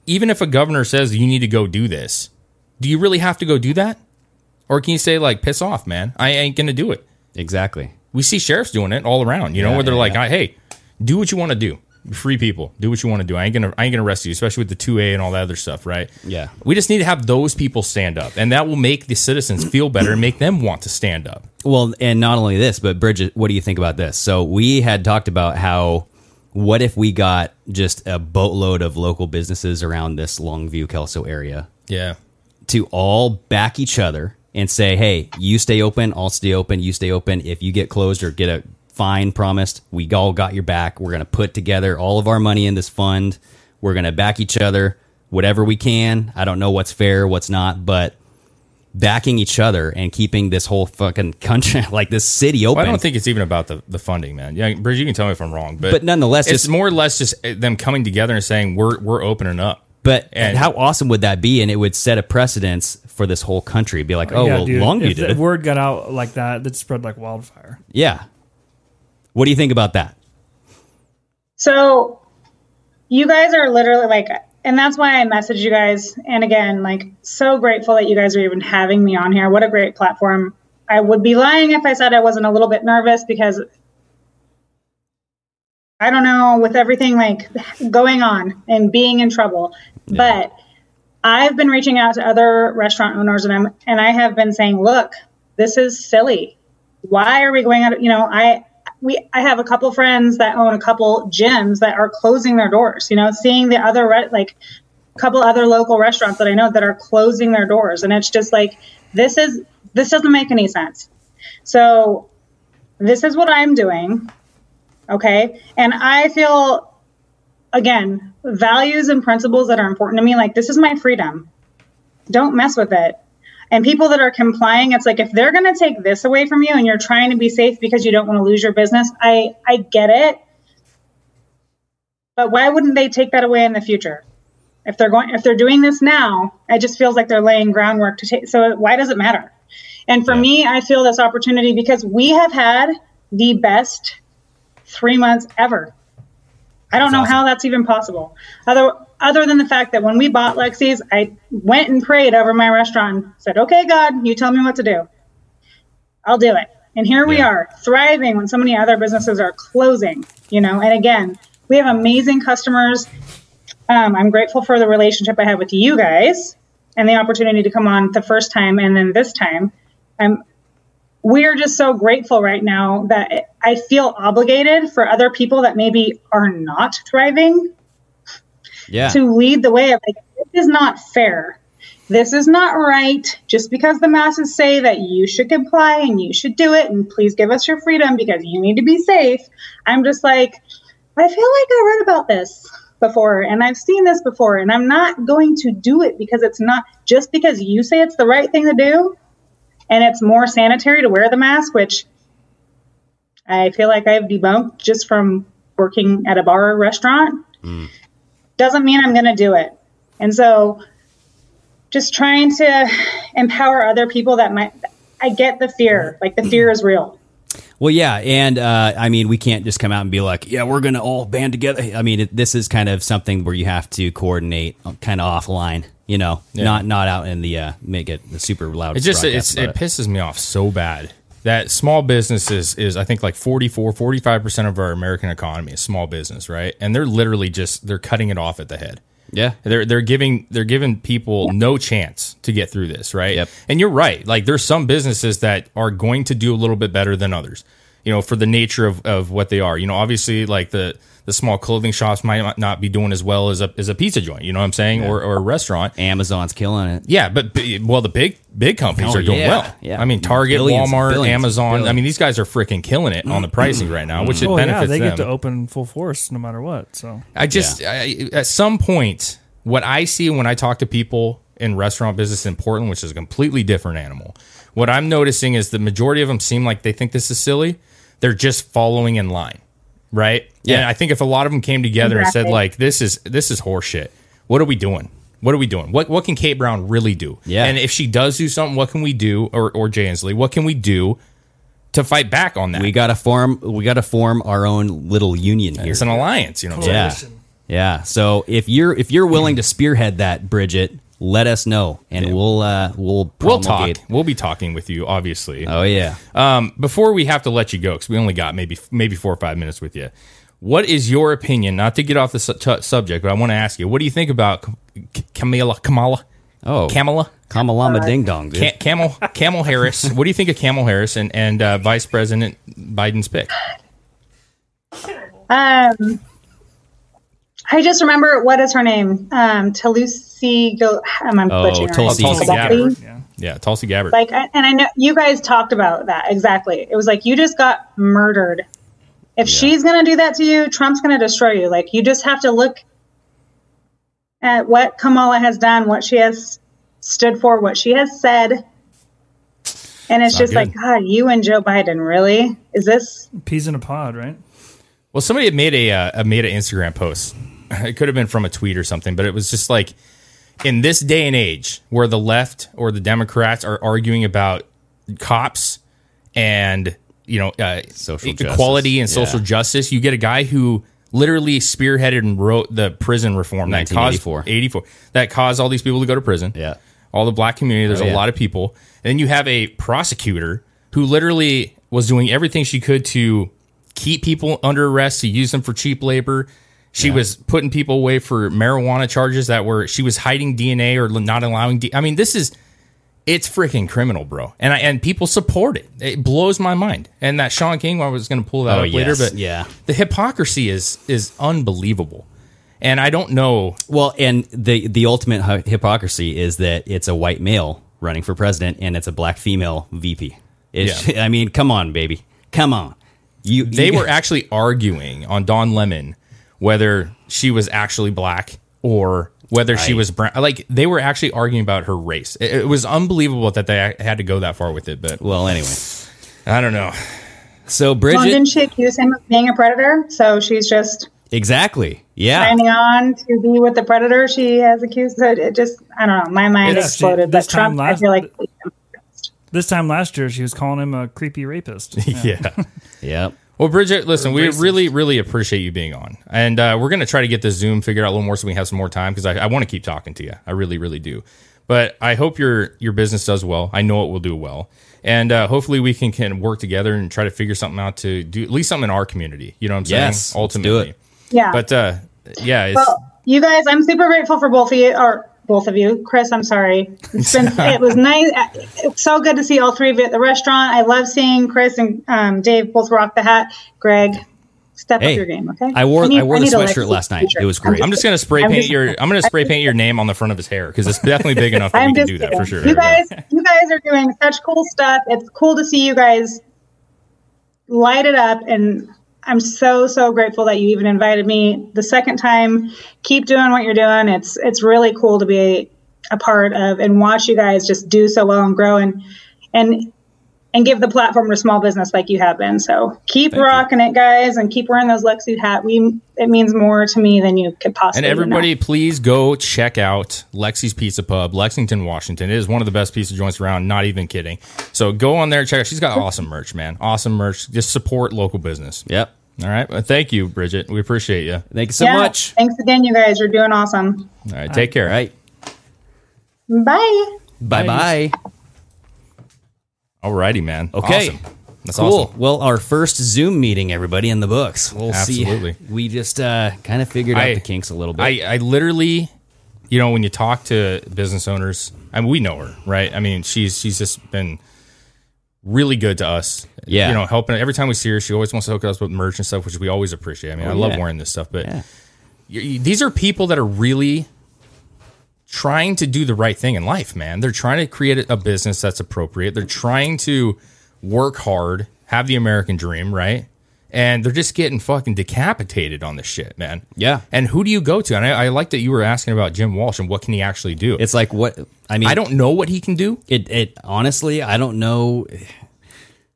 Speaker 6: even if a governor says you need to go do this, do you really have to go do that? Or can you say like piss off, man? I ain't gonna do it.
Speaker 7: Exactly.
Speaker 6: We see sheriffs doing it all around, you know,
Speaker 7: Yeah,
Speaker 6: where they're
Speaker 7: yeah,
Speaker 6: like,
Speaker 7: yeah.
Speaker 6: I, hey, do what you want to do. Free people, do what you want to do. I ain't gonna, I ain't gonna arrest you, especially with the two A and all that other stuff, right?
Speaker 7: yeah
Speaker 6: We just need to have those people stand up, and that will make the citizens feel better and make them want to stand up.
Speaker 7: Well, and not only this, but Bridget, what do you think about this? So we had talked about how what if we got just a boatload of local businesses around this Longview Kelso area
Speaker 6: Yeah,
Speaker 7: to all back each other and say, hey, you stay open, I'll stay open, you stay open. If you get closed or get a fine promised, we all got your back. We're going to put together all of our money in this fund. We're going to back each other, whatever we can. I don't know what's fair, what's not, but backing each other and keeping this whole fucking country, [laughs] like this city open.
Speaker 6: Well, I don't think it's even about the, the funding, man. Yeah, Bridge, you can tell me if I'm wrong, but,
Speaker 7: But nonetheless,
Speaker 6: it's
Speaker 7: just-
Speaker 6: more or less just uh, them coming together and saying we're we're opening up.
Speaker 7: But
Speaker 6: And-
Speaker 7: how awesome would that be? And it would set a precedence for this whole country. Be like, oh,
Speaker 9: Yeah,
Speaker 7: well,
Speaker 9: dude,
Speaker 7: Longview
Speaker 9: if
Speaker 7: did
Speaker 9: the
Speaker 7: it.
Speaker 9: word got out like that, that spread like wildfire.
Speaker 7: Yeah. What do you think about that?
Speaker 8: So you guys are literally like, and that's why I messaged you guys. And again, like, so grateful that you guys are even having me on here. What a great platform. I would be lying if I said I wasn't a little bit nervous because I don't know, with everything like going on and being in trouble. But I've been reaching out to other restaurant owners and I'm and I have been saying, look, this is silly. Why are we going out? You know, I we I have a couple friends that own a couple gyms that are closing their doors. You know, seeing the other re- like couple other local restaurants that I know that are closing their doors, and it's just like this is this doesn't make any sense. So this is what I'm doing, okay? And I feel again values and principles that are important to me. Like this is my freedom. Don't mess with it and people that are complying it's like if they're going to take this away from you and you're trying to be safe because you don't want to lose your business i i get it but why wouldn't they take that away in the future if they're going if they're doing this now it just feels like they're laying groundwork to take so why does it matter and for me i feel this opportunity because we have had the best three months ever i don't know how that's even possible other other than the fact that when we bought lexi's i went and prayed over my restaurant and said okay god you tell me what to do i'll do it and here we are thriving when so many other businesses are closing you know and again we have amazing customers um, I'm grateful for the relationship I have with you guys and the opportunity to come on the first time and then this time. I'm we're just so grateful right now that I feel obligated for other people that maybe are not thriving
Speaker 7: Yeah.
Speaker 8: to lead the way of like this is not fair. This is not right. Just because the masses say that you should comply and you should do it and please give us your freedom because you need to be safe. I'm just like I feel like I read about this before and I've seen this before and I'm not going to do it because it's not just because you say it's the right thing to do and it's more sanitary to wear the mask, which I feel like I've debunked just from working at a bar or restaurant, doesn't mean I'm going to do it. And so just trying to empower other people that might, I get the fear, like the fear is real.
Speaker 7: Well, yeah, and uh, I mean, we can't just come out and be like, "Yeah, we're gonna all band together." I mean, it, this is kind of something where you have to coordinate, kind of offline, you know,
Speaker 6: Yeah.
Speaker 7: not not out in the uh, make it the super loud.
Speaker 6: It just it's,
Speaker 7: broadcast about
Speaker 6: it pisses me off so bad that small businesses is I think like 44 45% of our American economy is small business, right? And they're literally just they're cutting it off at the head.
Speaker 7: Yeah.
Speaker 6: They're they're giving they're giving people no chance to get through this, right? And you're right. Like there's some businesses that are going to do a little bit better than others. You know, for the nature of, of what they are. You know, obviously like the the small clothing shops might not be doing as well as a as a pizza joint, you know what I'm saying? Or or a restaurant.
Speaker 7: Amazon's killing it.
Speaker 6: Yeah, but b- well the big big companies
Speaker 7: Oh,
Speaker 6: are doing
Speaker 7: yeah,
Speaker 6: well.
Speaker 7: yeah.
Speaker 6: I mean Target,
Speaker 7: Billions,
Speaker 6: Walmart,
Speaker 7: billions,
Speaker 6: Amazon. I
Speaker 7: billions.
Speaker 6: mean these guys are freaking killing it on the pricing right now, which it
Speaker 9: Oh
Speaker 6: benefits
Speaker 9: yeah, they
Speaker 6: them.
Speaker 9: get to open full force no matter what. So
Speaker 6: I just I, at some point, what I see when I talk to people in restaurant business in Portland, which is a completely different animal, what I'm noticing is the majority of them seem like they think this is silly. They're just following in line, right?
Speaker 7: Yeah.
Speaker 6: And I think if a lot of them came together and said
Speaker 7: Exactly.
Speaker 6: like, "This is this is horseshit. What are we doing? What are we doing? What what can Kate Brown really do?
Speaker 7: Yeah.
Speaker 6: And if she does do something, what can we do? Or or Jay Inslee, what can we do to fight back on that?
Speaker 7: We got to form we got to form our own little union here.
Speaker 6: it's an alliance, you know. What I'm
Speaker 7: Yeah.
Speaker 6: saying?
Speaker 7: Yeah. So if you're if you're willing to spearhead that, Bridget, let us know, and we'll uh, we'll
Speaker 6: We'll talk.
Speaker 7: promulgate.
Speaker 6: We'll be talking with you, obviously.
Speaker 7: Oh yeah.
Speaker 6: Um, before we have to let you go, because we only got maybe maybe four or five minutes with you. What is your opinion? Not to get off the su- tu- subject, but I want to ask you. What do you think about K- Camila? Kamala?
Speaker 7: Oh,
Speaker 6: Kamala?
Speaker 7: Kamalama Ding Dong, dude.
Speaker 6: Ca- Camel? Camel Harris? what do you think of Camel Harris and and uh, Vice President Biden's pick?
Speaker 8: Um, I just remember what is her name? Um, Talusi. Go, I'm, I'm
Speaker 6: Oh,
Speaker 8: butchering her name.
Speaker 6: Tulsi Gabbard.
Speaker 8: Tulsi.
Speaker 6: Yeah. Yeah, Tulsi Gabbard.
Speaker 8: Like, I- and I know you guys talked about that exactly. It was like you just got murdered. If she's going to do that to you, Trump's going to destroy you. Like, you just have to look at what Kamala has done, what she has stood for, what she has said. And it's
Speaker 6: Not
Speaker 8: just
Speaker 6: good.
Speaker 8: like, God, you and Joe Biden, really? Is this
Speaker 9: peas in a pod, right?
Speaker 6: Well, somebody had made a uh, made an Instagram post. [laughs] It could have been from a tweet or something, but it was just like in this day and age where the left or the Democrats are arguing about cops and you know uh, social equality
Speaker 7: justice,
Speaker 6: and social
Speaker 7: yeah.
Speaker 6: justice, you get a guy who literally spearheaded and wrote the prison reform that caused
Speaker 7: 1984.
Speaker 6: 84 that caused all these people to go to prison. Yeah, all the black community. There's
Speaker 7: Oh,
Speaker 6: a
Speaker 7: yeah.
Speaker 6: lot of people, and then you have a prosecutor who literally was doing everything she could to keep people under arrest, to use them for cheap labor. She was putting people away for marijuana charges that were she was hiding DNA or not allowing. D- I mean, this is it's freaking criminal, bro. And I, and people support it. It blows my mind. And that Sean King, I was going to pull that
Speaker 7: Oh,
Speaker 6: up later,
Speaker 7: yes.
Speaker 6: but
Speaker 7: Yeah.
Speaker 6: the hypocrisy is is unbelievable. And I don't know.
Speaker 7: Well, and the the ultimate hy- hypocrisy is that it's a white male running for president and it's a black female VP. It's, I mean, come on, baby, come on. You
Speaker 6: They
Speaker 7: you- [laughs]
Speaker 6: were actually arguing on Don Lemon whether she was actually black or whether she
Speaker 7: Right.
Speaker 6: was brown. Like they were actually arguing about her race. It, it was unbelievable that they had to go that far with it. But
Speaker 7: well, anyway,
Speaker 6: I don't know.
Speaker 7: So
Speaker 8: Well,
Speaker 7: Bridget,
Speaker 8: didn't she accuse him of being a predator? So she's just
Speaker 7: exactly, yeah.
Speaker 8: signing on to be with the predator she has accused. So it just, I don't know. My mind
Speaker 9: Yeah, she-
Speaker 8: exploded.
Speaker 9: this
Speaker 8: But
Speaker 9: time
Speaker 8: Trump, I
Speaker 9: last-
Speaker 8: feel like
Speaker 9: This time last year, she was calling him a
Speaker 7: [laughs]
Speaker 9: creepy rapist.
Speaker 6: [laughs] yeah. Well, Bridget, listen, we really, really appreciate you being on. And uh, we're going to try to get the Zoom figured out a little more so we have some more time because I, I want to keep talking to you. I really, really do. But I hope your your business does well. I know it will do well. And uh, hopefully we can, can work together and try to figure something out to do at least something in our community. You know what I'm saying?
Speaker 7: Yes, let's do
Speaker 6: Ultimately.
Speaker 7: it.
Speaker 8: Yeah.
Speaker 6: But uh, yeah, it's,
Speaker 8: well, you guys, I'm super grateful for both of you, or both of you. Chris, I'm sorry. It's
Speaker 6: [laughs]
Speaker 8: been, it was nice. It's so good to see all three of you at the restaurant. I love seeing Chris and um, Dave both rock the hat. Greg, step
Speaker 6: Hey,
Speaker 8: up your game, okay?
Speaker 6: I wore
Speaker 8: need-
Speaker 6: I wore
Speaker 8: need
Speaker 6: the
Speaker 8: a
Speaker 6: sweatshirt
Speaker 8: Lexus
Speaker 6: last night.
Speaker 8: t-shirt.
Speaker 6: It was great. I'm just gonna spray
Speaker 8: I'm
Speaker 6: paint
Speaker 8: just-
Speaker 6: your I'm gonna spray paint your name on the front of his hair because it's definitely
Speaker 8: [laughs]
Speaker 6: big enough that we
Speaker 8: I'm
Speaker 6: can
Speaker 8: just
Speaker 6: do that
Speaker 8: kidding.
Speaker 6: for sure.
Speaker 8: You guys, you guys are doing such cool stuff. It's cool to see you guys light it up, and I'm so so grateful that you even invited me the second time. Keep doing what you're doing. It's it's really cool to be a part of and watch you guys just do so well and grow and and and give the platform to small business like you have been. So keep rocking it, guys, and keep wearing those Lexi hat. We it means more to me than you could possibly.
Speaker 6: And
Speaker 8: know.
Speaker 6: everybody, please go check out Lexi's Pizza Pub, Lexington, Washington. It is one of the best pizza joints around. Not even kidding. So go on there, check out. She's got awesome merch, man. Awesome merch. Just support local business.
Speaker 7: Yep.
Speaker 6: All right. Well, thank you, Bridget. We appreciate you.
Speaker 7: Thank you
Speaker 8: Yeah, Thanks again, you guys. You're doing awesome.
Speaker 6: All right. Take care. All
Speaker 7: right.
Speaker 8: Bye.
Speaker 7: Bye bye.
Speaker 6: All righty, man.
Speaker 7: Okay.
Speaker 6: Awesome. That's
Speaker 7: cool.
Speaker 6: awesome.
Speaker 7: Well, our first Zoom meeting, everybody, in the books. We'll
Speaker 6: Absolutely.
Speaker 7: see. We just uh, kind of figured out
Speaker 6: I-
Speaker 7: the kinks a little bit.
Speaker 6: I, I literally, you know, when you talk to business owners, I mean, we know her, right? I mean, she's she's just been really good to us.
Speaker 7: Yeah.
Speaker 6: you know, helping every time we see her, she always wants to hook us with merch and stuff, which we always appreciate. I mean,
Speaker 7: Oh,
Speaker 6: I love
Speaker 7: yeah.
Speaker 6: wearing this stuff, but you- you- these are people that are really trying to do the right thing in life, man. They're trying to create a business that's appropriate. They're trying to work hard, have the American dream, right? And they're just getting fucking decapitated on this shit, man.
Speaker 7: Yeah.
Speaker 6: And who do you go to? And I, I like that you were asking about Jim Walsh and what can he actually do.
Speaker 7: It's like what I mean.
Speaker 6: I don't know what he can do.
Speaker 7: It, it honestly, I don't know.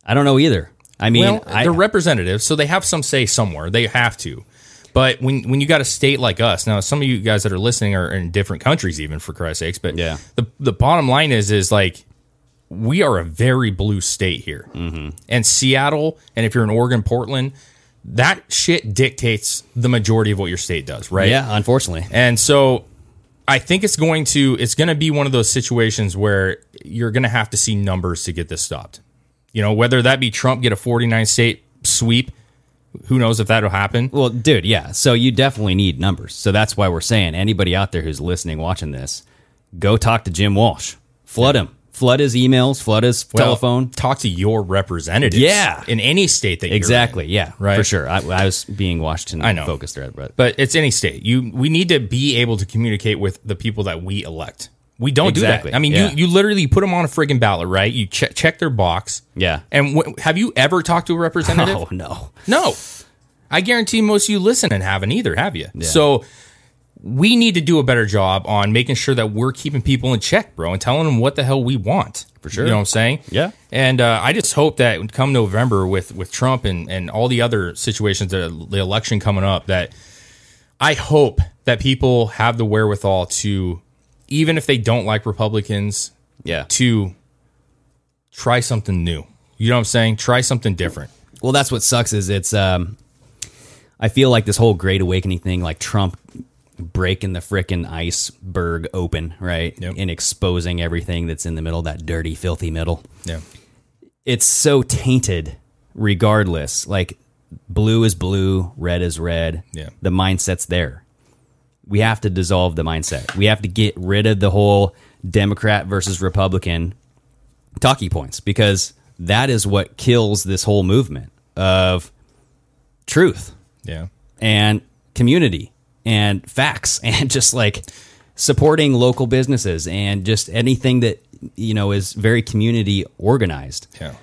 Speaker 7: I don't know either. I mean,
Speaker 6: well,
Speaker 7: I,
Speaker 6: they're representatives, so they have some say somewhere. They have to. But when when you got a state like us, now some of you guys that are listening are in different countries, even for Christ's sakes. But yeah. the the bottom line is is like we are a very blue state here,
Speaker 7: Mm-hmm.
Speaker 6: and Seattle, and if you're in Oregon, Portland, that shit dictates the majority of what your state does, right?
Speaker 7: yeah, unfortunately,
Speaker 6: And so I think it's going to it's going to be one of those situations where you're going to have to see numbers to get this stopped. You know, whether that be Trump get a 49 state sweep, who knows if that'll happen.
Speaker 7: Well, dude, yeah. So you definitely need numbers. So that's why we're saying anybody out there who's listening, watching this, go talk to Jim Walsh. Flood him. Flood his emails. Flood his
Speaker 6: Well,
Speaker 7: telephone.
Speaker 6: Talk to your representatives.
Speaker 7: Yeah.
Speaker 6: In any state that you're in.
Speaker 7: Exactly. Yeah.
Speaker 6: Right.
Speaker 7: For sure. I, I was being Washington
Speaker 6: I know.
Speaker 7: focused there, but
Speaker 6: But it's any state. You we need to be able to communicate with the people that we elect. We don't
Speaker 7: Exactly,
Speaker 6: do that. I mean,
Speaker 7: yeah.
Speaker 6: you, you literally put them on a friggin' ballot, right? You check check their box. [laughs]
Speaker 7: Yeah.
Speaker 6: And w- have you ever talked to a representative?
Speaker 7: Oh, no.
Speaker 6: No. I guarantee most of you listen and haven't either, have you? So we need to do a better job on making sure that we're keeping people in check, bro, and telling them what the hell we want. For
Speaker 7: sure.
Speaker 6: You know what I'm saying?
Speaker 7: Yeah.
Speaker 6: And uh, I just hope that come November with with Trump and and all the other situations that are- the election coming up that I hope that people have the wherewithal to even if they don't like Republicans,
Speaker 7: yeah,
Speaker 6: to try something new. You know what I'm saying? Try something different.
Speaker 7: Well, that's what sucks is it's um I feel like this whole great awakening thing like Trump breaking the frickin' iceberg open, right? And exposing everything that's in the middle, that dirty, filthy middle.
Speaker 6: Yeah.
Speaker 7: It's so tainted regardless. Like blue is blue, red is red.
Speaker 6: Yeah.
Speaker 7: The mindset's there. We have to dissolve the mindset. We have to get rid of the whole Democrat versus Republican talkie points because that is what kills this whole movement of truth
Speaker 6: Yeah.
Speaker 7: and community and facts [laughs] and just like supporting local businesses and just anything that you know is very community organized
Speaker 6: Yeah.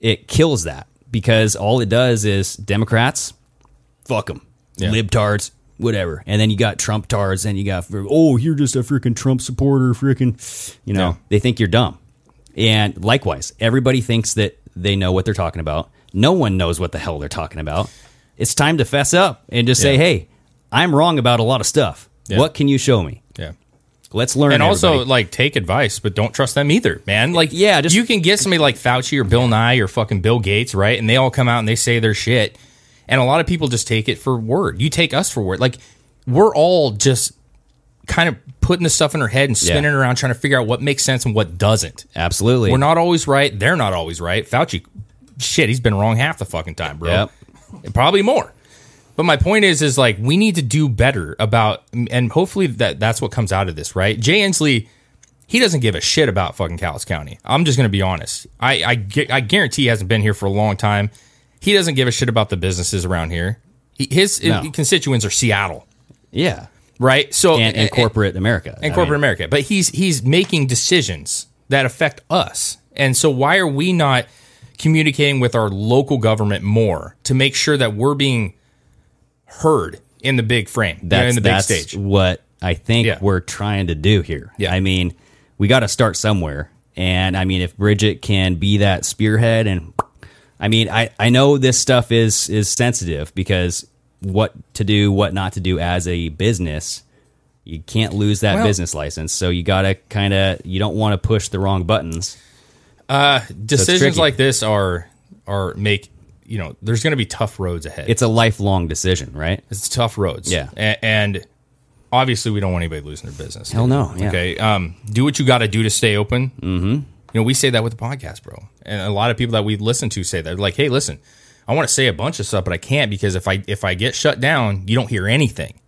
Speaker 7: it kills that because all it does is Democrats, fuck them,
Speaker 6: Yeah.
Speaker 7: libtards, whatever. And then you got Trump tards, and you got oh, you're just a freaking Trump supporter, freaking, you know,
Speaker 6: Yeah.
Speaker 7: they think you're dumb. And likewise, everybody thinks that they know what they're talking about. No one knows what the hell they're talking about. It's time to fess up and just say,
Speaker 6: Yeah.
Speaker 7: hey, I'm wrong about a lot of stuff.
Speaker 6: Yeah.
Speaker 7: What can you show me?
Speaker 6: Yeah.
Speaker 7: Let's learn.
Speaker 6: and also
Speaker 7: everybody.
Speaker 6: like take advice, but don't trust them either, man. Like
Speaker 7: Yeah, just-
Speaker 6: you can get somebody like Fauci or Bill Nye or fucking Bill Gates, right? And they all come out and they say their shit, and a lot of people just take it for word. You take us for word. Like we're all just kind of putting this stuff in our head and spinning
Speaker 7: Yeah.
Speaker 6: around trying to figure out what makes sense and what doesn't.
Speaker 7: absolutely.
Speaker 6: We're not always right. They're not always right. Fauci, shit, he's been wrong half the fucking time, bro.
Speaker 7: Yep.
Speaker 6: Probably more. But my point is, is like we need to do better about, and hopefully that that's what comes out of this, right? Jay Inslee, he doesn't give a shit about fucking Callis County. I'm just gonna be honest. I I, gu- I guarantee he hasn't been here for a long time. He doesn't give a shit about the businesses around here. He, his
Speaker 7: No.
Speaker 6: constituents are Seattle,
Speaker 7: yeah.
Speaker 6: right? So
Speaker 7: And, and corporate America.
Speaker 6: and
Speaker 7: I
Speaker 6: corporate
Speaker 7: mean,
Speaker 6: America. But he's he's making decisions that affect us, and so why are we not communicating with our local government more to make sure that we're being heard in the big frame, you know,
Speaker 7: that's,
Speaker 6: in the big
Speaker 7: that's
Speaker 6: stage?
Speaker 7: what I think
Speaker 6: Yeah.
Speaker 7: we're trying to do here.
Speaker 6: Yeah.
Speaker 7: I mean, we got to start somewhere. And I mean, if Bridget can be that spearhead and I mean, I, I know this stuff is is sensitive because what to do, what not to do as a business, you can't lose that
Speaker 6: Well-
Speaker 7: business license. So you got to kind of you don't want to push the wrong buttons.
Speaker 6: Decisions
Speaker 7: tricky.
Speaker 6: like this are are make you know there's going to be tough roads ahead.
Speaker 7: It's a lifelong decision, right?
Speaker 6: It's tough roads.
Speaker 7: Yeah.
Speaker 6: A- and obviously we don't want anybody losing their business.
Speaker 7: Hell no, yeah.
Speaker 6: Okay. Um, do what you got to do to stay open. Mm-hmm. You know, we say that with the podcast, bro, and a lot of people that we listen to say that. They're like, hey, listen, I want to say a bunch of stuff, but I can't because if I if I get shut down, you don't hear anything.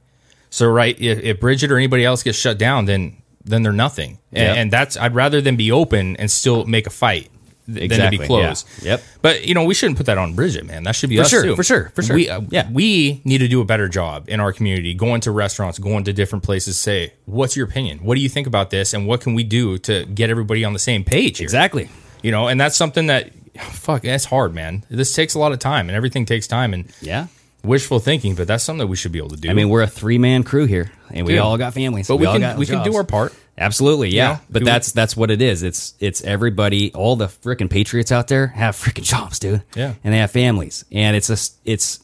Speaker 6: So right, if, if Bridget or anybody else gets shut down, then then they're nothing. And,
Speaker 7: Yep.
Speaker 6: and that's I'd rather than be open and still make a fight th- than to
Speaker 7: Exactly,
Speaker 6: be
Speaker 7: yeah.
Speaker 6: closed.
Speaker 7: Yep.
Speaker 6: But you know, we shouldn't put that on Bridget, man. That should be
Speaker 7: For
Speaker 6: us
Speaker 7: sure,
Speaker 6: too.
Speaker 7: for sure, for sure.
Speaker 6: We uh,
Speaker 7: Yeah.
Speaker 6: we need to do a better job in our community, going to restaurants, going to different places. Say, what's your opinion? What do you think about this? And what can we do to get everybody on the same page? here?"
Speaker 7: Exactly.
Speaker 6: You know, and that's something that fuck, that's hard, man. This takes a lot of time, and everything takes time and
Speaker 7: Yeah.
Speaker 6: wishful thinking. But that's something that we should be able to do.
Speaker 7: I mean, we're a three man crew here, and we
Speaker 6: Dude.
Speaker 7: all got families.
Speaker 6: but we,
Speaker 7: all
Speaker 6: can
Speaker 7: got
Speaker 6: we can do
Speaker 7: jobs.
Speaker 6: our part.
Speaker 7: Absolutely, yeah.
Speaker 6: know?
Speaker 7: But
Speaker 6: Do-
Speaker 7: that's that's what it is. It's it's everybody, all the freaking patriots out there have freaking jobs, dude.
Speaker 6: Yeah.
Speaker 7: and they have families, and it's just it's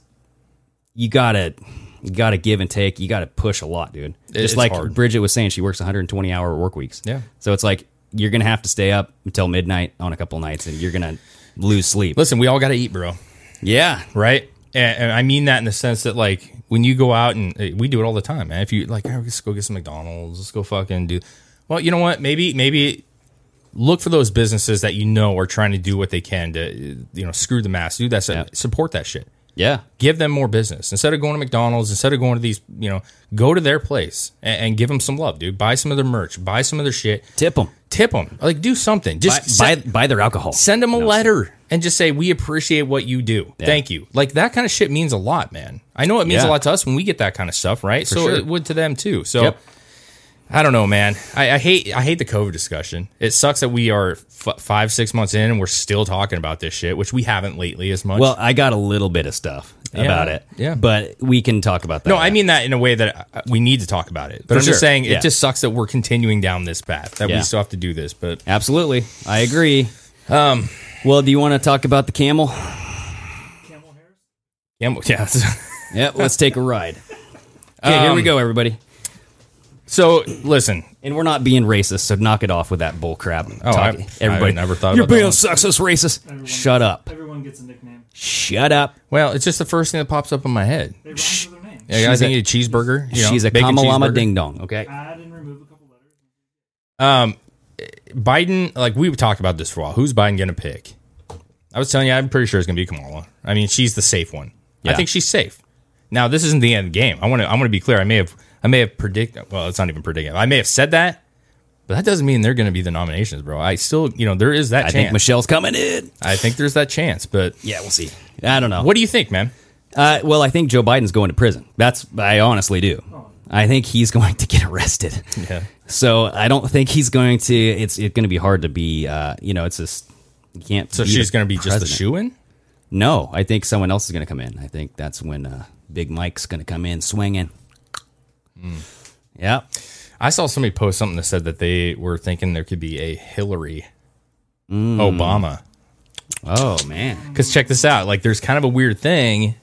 Speaker 7: you gotta you gotta give and take. You gotta push a lot, dude. Just
Speaker 6: it's
Speaker 7: like
Speaker 6: hard.
Speaker 7: Bridget was saying, she works 120 hour work weeks.
Speaker 6: Yeah.
Speaker 7: so it's like you're gonna have to stay up until midnight on a couple nights, and you're gonna lose sleep.
Speaker 6: Listen, we all got to eat, bro.
Speaker 7: yeah,
Speaker 6: right? And, and I mean that in the sense that like when you go out and eh, we do it all the time, man. If you like, "Oh, let's go get some McDonald's, let's go fucking do. Well, you know what? Maybe maybe look for those businesses that you know are trying to do what they can to eh, you know screw the mass, do that, stuff.
Speaker 7: Yeah.
Speaker 6: support that shit.
Speaker 7: yeah,
Speaker 6: Give them more business instead of going to McDonald's, instead of going to these, you know, go to their place and, and give them some love, dude. Buy some of their merch, buy some of their shit,
Speaker 7: tip them.
Speaker 6: tip them, like do something. Just
Speaker 7: buy,
Speaker 6: send-
Speaker 7: buy, buy their alcohol.
Speaker 6: send them a
Speaker 7: No,
Speaker 6: letter and just say we appreciate what you do thank you like that kind of shit means a lot man i know it means a
Speaker 7: Yeah.
Speaker 6: lot to us when we get that kind of stuff right so
Speaker 7: sure.
Speaker 6: it would to them too so
Speaker 7: Yep.
Speaker 6: I don't know, man. I, I hate I hate the COVID discussion. It sucks that we are f- five six months in and we're still talking about this shit, which we haven't lately as much.
Speaker 7: Well, I got a little bit of stuff
Speaker 6: Yeah.
Speaker 7: about it.
Speaker 6: Yeah.
Speaker 7: But we can talk about that.
Speaker 6: no, I mean that in a way that uh, we need to talk about it. But
Speaker 7: For
Speaker 6: I'm
Speaker 7: sure.
Speaker 6: just saying
Speaker 7: Yeah.
Speaker 6: it just sucks that we're continuing down this path that
Speaker 7: Yeah.
Speaker 6: we still have to do this. But
Speaker 7: Absolutely. I agree. Um, well, do you want to talk about the
Speaker 6: [laughs]
Speaker 7: camel?
Speaker 6: Camel Harris? Camel,
Speaker 7: yeah. yep, let's take
Speaker 6: [laughs]
Speaker 7: a ride. Okay, here we
Speaker 6: Um,
Speaker 7: go, everybody.
Speaker 6: So, listen.
Speaker 7: And we're not being racist, so knock it off with that bull crap.
Speaker 6: Oh, I-
Speaker 7: Talk-
Speaker 6: I never thought
Speaker 7: You're
Speaker 6: about that
Speaker 7: being
Speaker 6: one."
Speaker 7: sexist, racist. Shut up.
Speaker 9: Everyone gets a nickname.
Speaker 7: Shut up.
Speaker 6: Well, it's just the first thing that pops up in my head. Yeah, I
Speaker 7: She's
Speaker 6: think
Speaker 7: a-
Speaker 6: a cheeseburger. you know,
Speaker 7: she's a
Speaker 6: bacon
Speaker 7: kama llama
Speaker 6: cheeseburger.
Speaker 7: ding dong. Okay.
Speaker 6: Um, Biden, like we've talked about this for a while. Who's Biden going to pick? I was telling you, I'm pretty sure it's going to be Kamala. I mean, she's the safe one.
Speaker 7: Yeah.
Speaker 6: I think she's safe. Now, this isn't the end of the game. I want to. I want to be clear. I may have. I may have predicted. Well, it's not even predicting. I may have said that, but that doesn't mean they're going to be the nominations, bro. I still, you know, there is that.
Speaker 7: I
Speaker 6: chance.
Speaker 7: think Michelle's coming in.
Speaker 6: I think there's that chance, but
Speaker 7: Yeah, we'll see. I don't know.
Speaker 6: What do you think, man?
Speaker 7: Uh, well, I think Joe Biden's going to prison. That's I honestly do. I think he's [laughs] going to get arrested.
Speaker 6: Yeah.
Speaker 7: So I don't think he's going to. It's it's going to be hard to be. Uh, you know, it's just you can't.
Speaker 6: So she's
Speaker 7: going to
Speaker 6: be just the shoe-in?
Speaker 7: No, I think someone else is going to come in. I think that's when uh, Big Mike's going to come in swinging.
Speaker 6: Hmm.
Speaker 7: Yeah.
Speaker 6: I saw somebody post something that said that they were thinking there could be a Hillary
Speaker 7: Mm.
Speaker 6: Obama.
Speaker 7: Oh man.
Speaker 6: Because check this out. Like, there's kind of a weird thing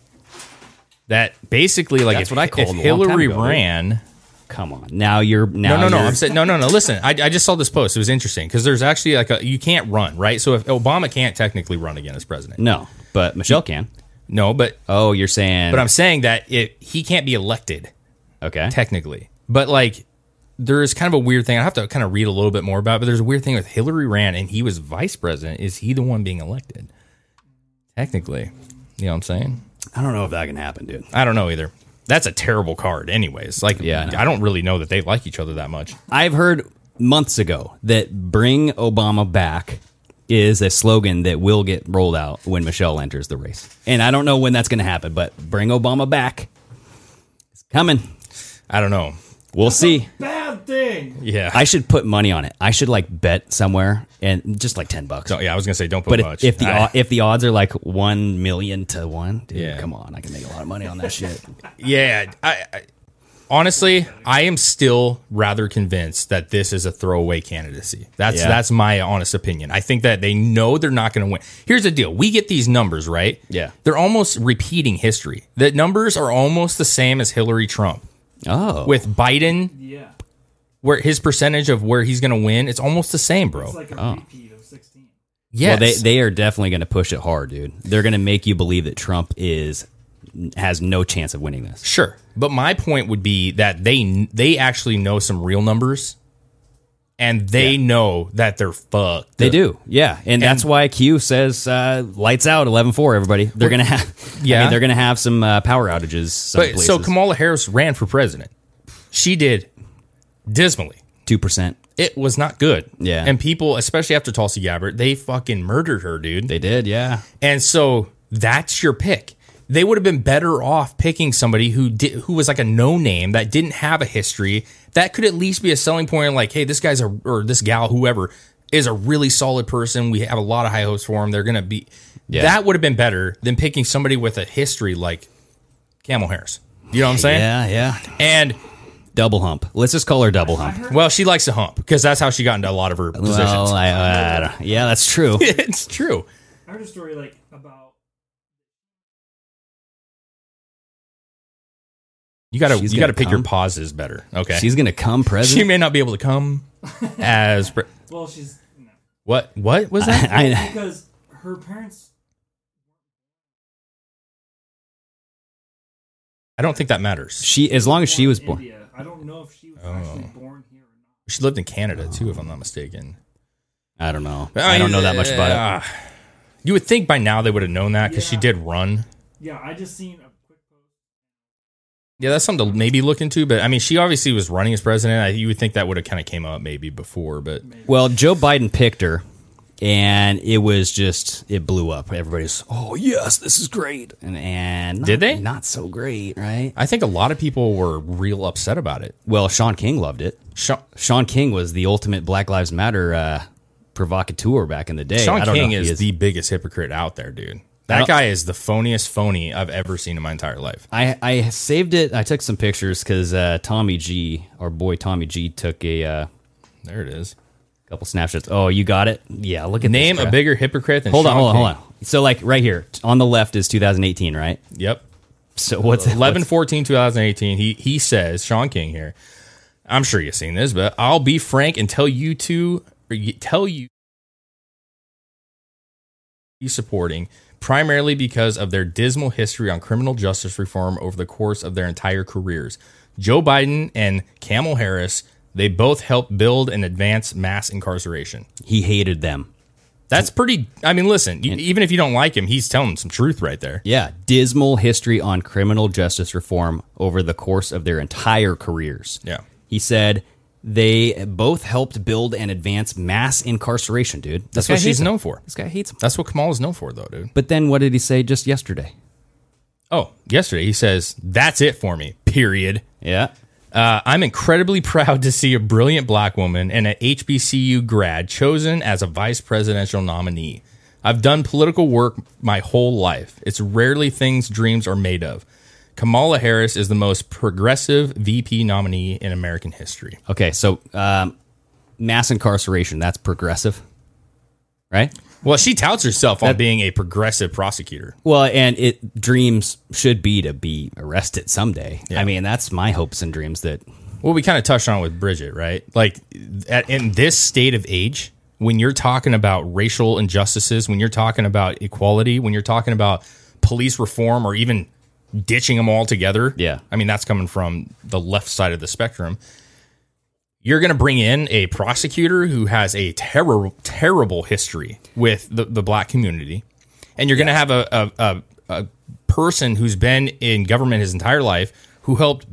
Speaker 6: that basically, like,
Speaker 7: That's
Speaker 6: if,
Speaker 7: what I called
Speaker 6: if
Speaker 7: it a long time
Speaker 6: Hillary
Speaker 7: ago.
Speaker 6: ran.
Speaker 7: Come on. Now you're now.
Speaker 6: no, no, no.
Speaker 7: you're-
Speaker 6: I'm saying no, no, no. Listen, I, I just saw this post. It was interesting because there's actually like a you can't run, right? So if Obama can't technically run again as president,
Speaker 7: no, but Michelle can.
Speaker 6: No, but
Speaker 7: oh, you're saying.
Speaker 6: but I'm saying that it he can't be elected.
Speaker 7: Okay.
Speaker 6: Technically. But like there is kind of a weird thing. I have to kind of read a little bit more about, it, but there's a weird thing with Hillary ran and he was vice president. Is he the one being elected? Technically. You know what I'm saying?
Speaker 7: I don't know if that can happen, dude.
Speaker 6: I don't know either. That's a terrible card anyways. Like
Speaker 7: Yeah, I know.
Speaker 6: I, don't really know that they like each other that much.
Speaker 7: I've heard months ago that bring Obama back is a slogan that will get rolled out when Michelle enters the race. And I don't know when that's going to happen, but bring Obama back. It's coming.
Speaker 6: I don't know.
Speaker 7: We'll see.
Speaker 9: Bad thing.
Speaker 6: Yeah.
Speaker 7: I should put money on it. I should like bet somewhere and just like 10 bucks.
Speaker 6: So yeah, I was going to say don't put
Speaker 7: but if,
Speaker 6: much.
Speaker 7: if the
Speaker 6: I-
Speaker 7: o if the odds are like 1 million to 1, dude,
Speaker 6: Yeah.
Speaker 7: come on. I can make a lot of money on that shit.
Speaker 6: [laughs] Yeah, I, I honestly, I am still rather convinced that this is a throwaway candidacy. That's
Speaker 7: Yeah.
Speaker 6: that's my honest opinion. I think that they know they're not going to win. Here's the deal: we get these numbers right.
Speaker 7: Yeah.
Speaker 6: they're almost repeating history. The numbers are almost the same as Hillary Trump
Speaker 7: Oh.
Speaker 6: with Biden. Yeah, where his percentage of where he's going to win, it's almost the same, bro.
Speaker 7: oh.
Speaker 6: yes.
Speaker 7: Well, they, they are definitely going to push it hard, dude. They're going to make you believe that Trump is has no chance of winning this.
Speaker 6: Sure, but my point would be that they they actually know some real numbers, and they know that they're fucked.
Speaker 7: They do, yeah, and, that's why Q says uh, lights out 11-4, Everybody, they're gonna [laughs] have, yeah,
Speaker 6: Yeah.
Speaker 7: they're gonna have some uh, power outages. Some
Speaker 6: But so Kamala Harris ran for president. She did dismally.
Speaker 7: two percent.
Speaker 6: It was not good.
Speaker 7: Yeah.
Speaker 6: and people, especially after Tulsi Gabbard, they fucking murdered her, dude.
Speaker 7: They did, yeah.
Speaker 6: And so that's your pick. They would have been better off picking somebody who did, who was like a no name that didn't have a history that could at least be a selling point. Like, hey, this guy's a or this gal, whoever, is a really solid person. We have a lot of high hopes for him. They're gonna be.
Speaker 7: Yeah.
Speaker 6: That would have been better than picking somebody with a history like Camel Harris. You know what I'm saying?
Speaker 7: Yeah, yeah.
Speaker 6: And
Speaker 7: Double hump. Let's just call her double hump.
Speaker 6: well, she likes to hump because that's how she got into a lot of her positions.
Speaker 7: Well, I, I don't- yeah, that's true.
Speaker 6: [laughs] it's true.
Speaker 9: I heard a story like about
Speaker 6: You gotta
Speaker 7: She's
Speaker 6: you gotta
Speaker 7: gonna
Speaker 6: pick your
Speaker 7: come.
Speaker 6: pauses better. [laughs] Okay.
Speaker 7: She's gonna come
Speaker 6: she
Speaker 7: president.
Speaker 6: may not be able to come as pre-
Speaker 9: well, she's no.
Speaker 6: what what was that?
Speaker 7: [laughs] I- [laughs] I-
Speaker 9: because her parents
Speaker 6: I don't think that matters.
Speaker 7: she as long as she was born. Oh.
Speaker 9: India. I don't know if she was actually born here.
Speaker 6: She lived in Canada too, if I'm not mistaken.
Speaker 7: I don't know. I don't know that much about it.
Speaker 6: Ah. You would think by now they would have known that because she did run.
Speaker 9: Yeah, I just seen a quick post.
Speaker 6: Yeah, that's something to maybe look into. But I mean, she obviously was running as president. I, you would think that would have kind of came up maybe before, but
Speaker 7: Well, Joe Biden picked her, and it was just it blew up. Everybody's oh yes, this is great, and and not-
Speaker 6: Did they?
Speaker 7: not so great, right?
Speaker 6: I think a lot of people were real upset about it.
Speaker 7: Well, Sean King loved it.
Speaker 6: Sean,
Speaker 7: Sean King was the ultimate Black Lives Matter uh, provocateur back in the day.
Speaker 6: Sean
Speaker 7: I don't know
Speaker 6: King
Speaker 7: if he
Speaker 6: is, the biggest hypocrite out there, dude. That
Speaker 7: don't-
Speaker 6: guy is the phoniest phony I've ever seen in my entire life.
Speaker 7: I, I saved it. I took some pictures because uh, Tommy G, our boy Tommy G, took a uh,
Speaker 6: There it is.
Speaker 7: couple snapshots. Oh, you got it. Yeah, look at this
Speaker 6: Name a
Speaker 7: crap.
Speaker 6: bigger hypocrite than
Speaker 7: Hold on,
Speaker 6: Sean
Speaker 7: hold on,
Speaker 6: King.
Speaker 7: hold on. So like right here t- on the left is 2018, right?
Speaker 6: Yep.
Speaker 7: So what's
Speaker 6: 11
Speaker 7: what's-
Speaker 6: 14 2018 he he says sean king here i'm sure you've seen this but i'll be frank and tell you to or y- tell you be supporting primarily because of their dismal history on criminal justice reform over the course of their entire careers joe biden and camel harris they both helped build and advance mass incarceration
Speaker 7: he hated them.
Speaker 6: that's pretty i mean listen you, even if you don't like him he's telling some truth right there
Speaker 7: Yeah, dismal history on criminal justice reform over the course of their entire careers.
Speaker 6: yeah
Speaker 7: He said they both helped build and advance mass incarceration, dude. That's
Speaker 6: guy
Speaker 7: what she's
Speaker 6: hates 'em.
Speaker 7: known for. This guy hates him.
Speaker 6: that's what kamal is known for though dude
Speaker 7: But then what did he say just yesterday?
Speaker 6: Oh, yesterday he says, "That's it for me." Period.
Speaker 7: Yeah.
Speaker 6: Uh, I'm incredibly [laughs] proud to see a brilliant black woman and a HBCU grad chosen as a vice presidential nominee. I've done political work my whole life. It's rarely things dreams are made of. Kamala Harris is the most progressive VP nominee in American history.
Speaker 7: Okay, so um, mass incarceration, that's progressive. Right?
Speaker 6: Well, she touts herself on being a progressive prosecutor.
Speaker 7: Well, and it dreams should be to be arrested someday.
Speaker 6: Yeah.
Speaker 7: I mean, that's my hopes and dreams that
Speaker 6: Well, we kind of touched on it with Bridget, right? Like at, in this state of age, when you're talking about racial injustices, when you're talking about equality, when you're talking about police reform or even ditching them all together.
Speaker 7: Yeah.
Speaker 6: I mean, that's coming from the left side of the spectrum. You're going to bring in a prosecutor who has a terrible, terrible history with the, the black community. And you're going to have a, a, a, a person who's been in government his entire life who helped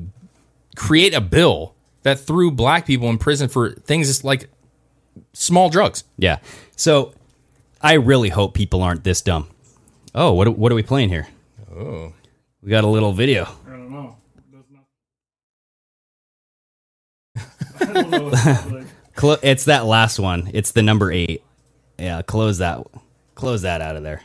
Speaker 6: create a bill that threw black people in prison for things that's like small drugs.
Speaker 7: Yeah. So I really hope people aren't this dumb. Oh, what what are we playing here? Oh. We got a little video.
Speaker 9: I don't know. I don't know. It's not [laughs] like-
Speaker 7: [laughs] Clo- it's that last one. It's the number 8. Yeah, close that close that out of there.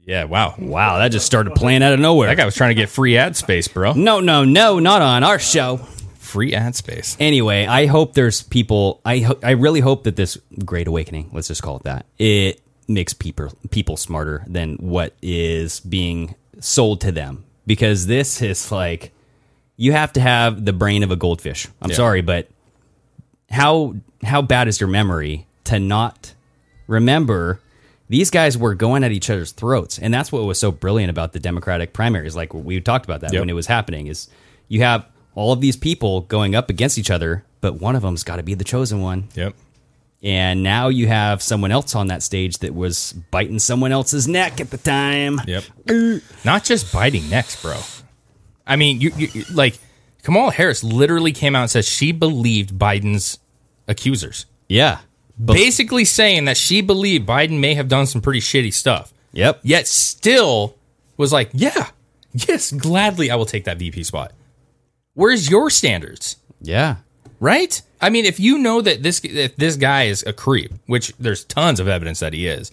Speaker 6: Yeah, wow.
Speaker 7: Wow, that just started playing out of nowhere.
Speaker 6: That guy was trying to get free ad space, bro.
Speaker 7: no, no, no, not on our show.
Speaker 6: Free ad space.
Speaker 7: Anyway, I hope there's people I ho- I really hope that this great awakening, let's just call it that. It makes people people smarter than what is being sold to them because this is like you have to have the brain of a goldfish. I'm sorry, but how how bad is your memory to not remember these guys were going at each other's throats, and that's what was so brilliant about the Democratic primaries. Like we talked about that
Speaker 6: Yep.
Speaker 7: when it was happening, is you have all of these people going up against each other, but one of them's got to be the chosen one,
Speaker 6: Yep.
Speaker 7: and now you have someone else on that stage that was biting someone else's neck at the time.
Speaker 6: Yep. Not just biting necks, bro. I mean, you, you you- like Kamala Harris literally came out and said she believed Biden's accusers.
Speaker 7: Yeah.
Speaker 6: Basically saying that she believed Biden may have done some pretty shitty stuff.
Speaker 7: Yep.
Speaker 6: Yet still was like, "Yeah. Yes, gladly I will take that VP spot." Where's your standards?
Speaker 7: Yeah.
Speaker 6: right? I mean, if you know that this if this guy is a creep, which there's tons of evidence that he is,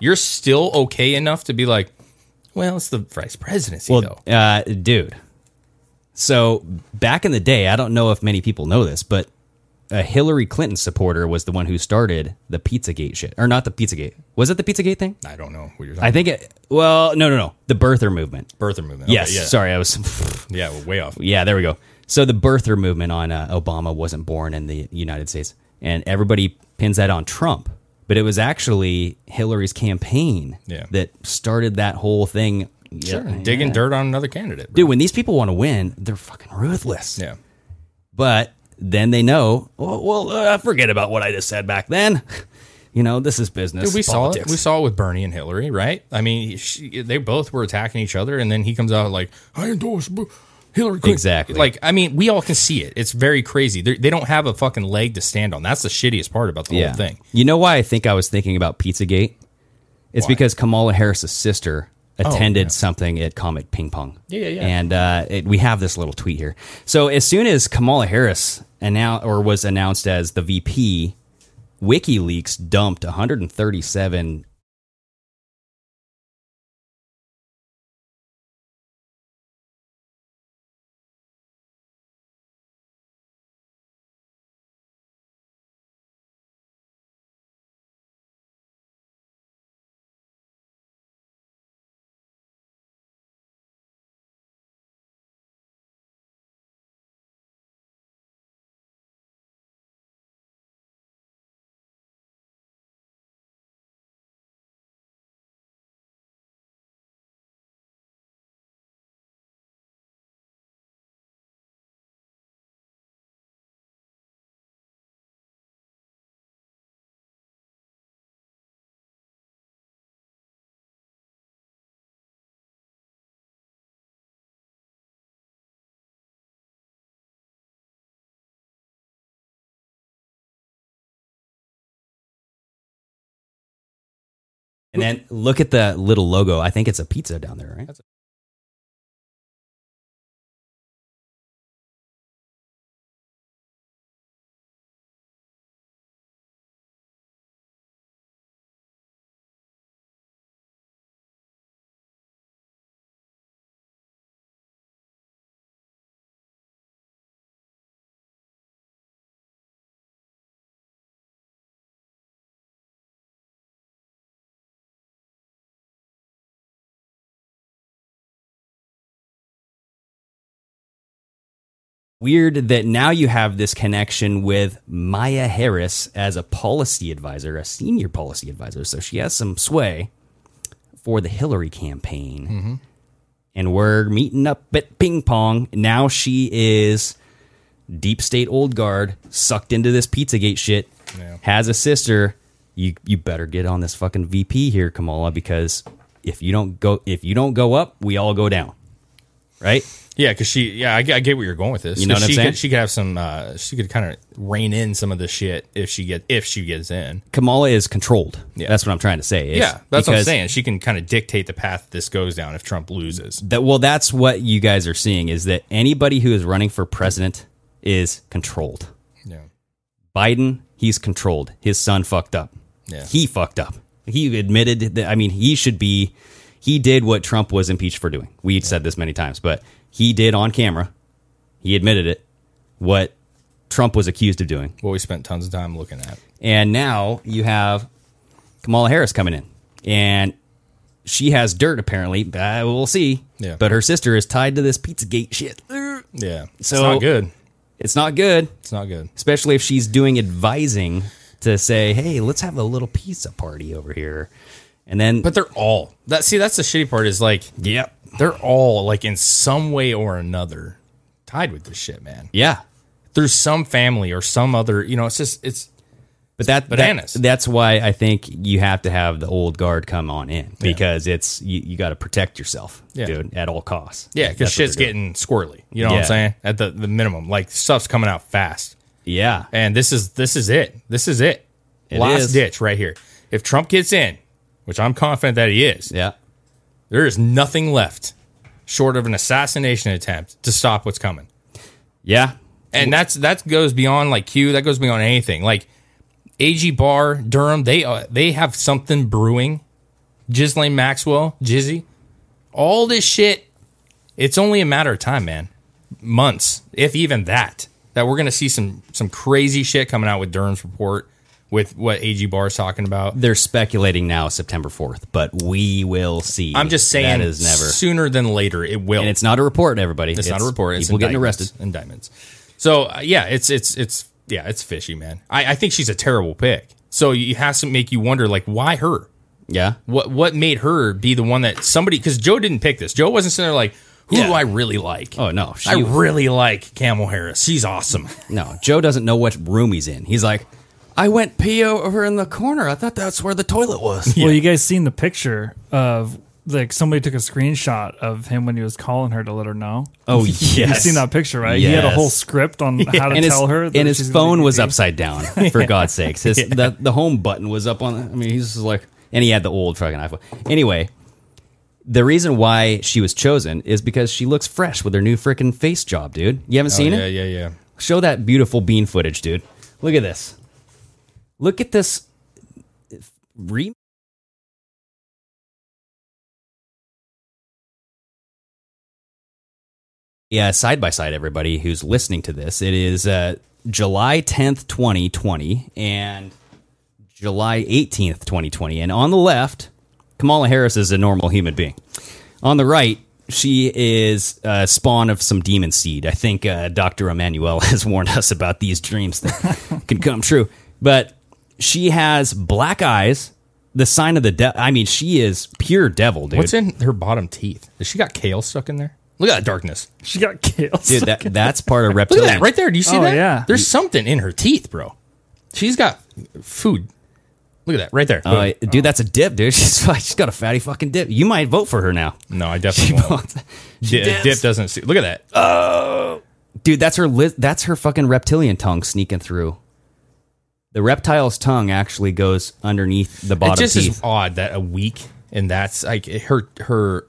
Speaker 6: you're still okay enough to be like, well, it's the vice presidency, though.
Speaker 7: uh, dude. So back in the day, I don't know if many people know this, but a Hillary Clinton supporter was the one who started the Pizzagate shit, or not the Pizzagate? Was it the Pizzagate thing?
Speaker 6: I don't know what you're talking.
Speaker 7: I think it. Well, no, no, no, the birther movement.
Speaker 6: about. birther movement.
Speaker 7: Yes,
Speaker 6: Okay, yeah,
Speaker 7: sorry, I was. [laughs]
Speaker 6: yeah, we're way off.
Speaker 7: yeah, there we go. So the birther movement on uh, Obama wasn't born in the United States, and everybody pins that on Trump, but it was actually Hillary's campaign
Speaker 6: Yeah.
Speaker 7: that started that whole thing.
Speaker 6: Sure,
Speaker 7: Yeah,
Speaker 6: digging
Speaker 7: yeah.
Speaker 6: dirt on another candidate, bro.
Speaker 7: Dude, when these people want to win, they're fucking ruthless.
Speaker 6: Yeah,
Speaker 7: But then they know, well, well uh, forget about what I just said back then. [laughs] You know, this is business.
Speaker 6: Dude, we saw it.
Speaker 7: politics.
Speaker 6: We saw it with Bernie and Hillary, right? I mean, she, they both were attacking each other, and then he comes out like, "I endorse Bo- Hillary Clinton. Exactly. Like, I mean, we all can see it. It's very crazy. They're, they they do not have a fucking leg to stand on. That's the shittiest part about the whole thing.
Speaker 7: You know why I think I was thinking about Pizzagate? It's because Kamala Harris's sister
Speaker 6: Oh,
Speaker 7: attended something at Comet Ping Pong.
Speaker 6: Yeah, yeah, yeah.
Speaker 7: And uh, it, we have this little tweet here. So as soon as Kamala Harris announced or was announced as the VP, WikiLeaks dumped 137 And then look at the little logo. I think it's a pizza down there, right? Weird that now you have this connection with Maya Harris as a policy advisor, a senior policy advisor. So she has some sway for the Hillary campaign. And we're meeting up at ping pong. Now she is deep state old guard, sucked into this Pizzagate shit,
Speaker 6: Yeah.
Speaker 7: has a sister. You you better get on this fucking VP here, Kamala, because if you don't go if you don't go up, we all go down. Right?
Speaker 6: Yeah, because she. Yeah, I, get- I get where you're going with this.
Speaker 7: You know what I'm
Speaker 6: she
Speaker 7: saying?
Speaker 6: Could, she could have some. Uh, she could kind of rein in some of the shit if she get if she gets in.
Speaker 7: Kamala is controlled. That's what I'm trying to say. is
Speaker 6: yeah, that's what I'm
Speaker 7: because
Speaker 6: saying. She can kind of dictate the path this goes down if Trump loses.
Speaker 7: That well, that's what you guys are seeing is that anybody who is running for president is controlled.
Speaker 6: Yeah.
Speaker 7: Biden, he's controlled. His son fucked up.
Speaker 6: Yeah.
Speaker 7: He fucked up. He admitted that I mean, he should be he did what Trump was impeached for doing. We have said this many times, but he did on camera. He admitted it. What Trump was accused of doing.
Speaker 6: What we spent tons of time looking at.
Speaker 7: And now you have Kamala Harris coming in. And she has dirt, apparently. Uh, we'll see.
Speaker 6: Yeah.
Speaker 7: But her sister is tied to this Pizzagate shit.
Speaker 6: Yeah,
Speaker 7: So
Speaker 6: it's not good.
Speaker 7: It's not good,
Speaker 6: It's not good.
Speaker 7: especially if she's doing advising to say, hey, let's have a little pizza party over here. And then.
Speaker 6: But they're all that. See, that's the shitty part. Is like,
Speaker 7: Yep.
Speaker 6: they're all like in some way or another tied with this shit, man.
Speaker 7: Yeah.
Speaker 6: Through some family or some other, you know, it's just it's
Speaker 7: But that, that-
Speaker 6: Bananas.
Speaker 7: that's why I think you have to have the old guard come on in because it's you, you got to protect yourself,
Speaker 6: Yeah.
Speaker 7: dude, at all costs.
Speaker 6: yeah,
Speaker 7: That's what
Speaker 6: because shit's
Speaker 7: they're doing.
Speaker 6: getting squirrely. You know what
Speaker 7: Yeah.
Speaker 6: I'm saying? At the the minimum, like stuff's coming out fast,
Speaker 7: yeah.
Speaker 6: and this is this is it. This is it.
Speaker 7: It
Speaker 6: Last
Speaker 7: is.
Speaker 6: ditch right here. If Trump gets in, which I'm confident that he is,
Speaker 7: Yeah.
Speaker 6: there is nothing left short of an assassination attempt to stop what's coming.
Speaker 7: Yeah.
Speaker 6: and that's that goes beyond like Q. That goes beyond anything. Like AG Bar Durham, they uh, they have something brewing. Ghislaine Maxwell, Jizzy, all this shit. It's only a matter of time, man. Months, if even that. That we're gonna see some some crazy shit coming out with Durham's report, with what AG Bar's talking about.
Speaker 7: they're speculating now September 4th, but we will see.
Speaker 6: I'm just saying,
Speaker 7: that is never.
Speaker 6: sooner than later it will.
Speaker 7: and it's not a report, everybody.
Speaker 6: It's, not a report. It's
Speaker 7: people getting
Speaker 6: indictments.
Speaker 7: arrested.
Speaker 6: Indictments. So uh, yeah, it's it's it's yeah, it's fishy, man. I, I think she's a terrible pick. So you it has to make you wonder, like, why her?
Speaker 7: Yeah,
Speaker 6: What what made her be the one that somebody? Because Joe didn't pick this. Joe wasn't sitting there like, who
Speaker 7: Yeah.
Speaker 6: do I really like?
Speaker 7: Oh, no, she-
Speaker 6: I really like Camel Harris. She's awesome.
Speaker 7: no. Joe doesn't know what room he's in. He's like, I went
Speaker 6: [laughs]
Speaker 7: pee over in the corner. I thought that's where the toilet was.
Speaker 9: Well, you guys seen the picture of like somebody took a screenshot of him when he was calling her to let her know.
Speaker 7: Oh,
Speaker 9: you've
Speaker 7: yes.
Speaker 9: seen that picture, right? He had a
Speaker 7: Yes.
Speaker 9: whole
Speaker 7: [laughs]
Speaker 9: script on [laughs] how to
Speaker 7: and
Speaker 9: tell
Speaker 7: his,
Speaker 9: her.
Speaker 7: and his phone was upside
Speaker 9: [laughs]
Speaker 7: down. For
Speaker 9: E Yeah.
Speaker 7: God's sakes, his,
Speaker 9: [laughs] Yeah.
Speaker 7: the, the home button was up on. I mean, he's just like, and he had the old fucking iPhone. Anyway, the reason why she was chosen is because she looks fresh with her new freaking face job, dude. You haven't
Speaker 6: Oh,
Speaker 7: seen
Speaker 6: yeah,
Speaker 7: it?
Speaker 6: Yeah, yeah, yeah.
Speaker 7: Show that beautiful bean footage, dude. Look at this. Look at this. Re- yeah, side by side, everybody who's listening to this. It is uh, July 10th, 2020, and July 18th, 2020. And on the left, Kamala Harris is a normal human being. On the right, she is a spawn of some demon seed. I think uh, Dr. Emmanuel [laughs] has warned us about these dreams that [laughs] can come true. But she has black eyes, the sign of the devil. I mean, she is pure devil, dude.
Speaker 6: What's in her bottom teeth? Has she got kale stuck in there? Look at that darkness.
Speaker 9: She got killed.
Speaker 7: Dude, that, that's part of
Speaker 6: [laughs] Look at
Speaker 7: reptilian.
Speaker 6: that right there. Do you see
Speaker 9: Oh,
Speaker 6: that?
Speaker 9: yeah.
Speaker 6: There's something in her teeth, bro. She's got food. Look at that right there.
Speaker 7: Uh, dude, that's a dip, dude. [laughs] She's, she's got a fatty fucking dip. You might vote for her now. [laughs]
Speaker 6: No, I definitely won't. Di-
Speaker 7: dips.
Speaker 6: Dip doesn't see. Look at that.
Speaker 7: Oh, dude, that's her. Li- that's her fucking reptilian tongue sneaking through. The reptile's tongue actually goes underneath the bottom
Speaker 6: it just
Speaker 7: teeth.
Speaker 6: is odd that a week and that's like her her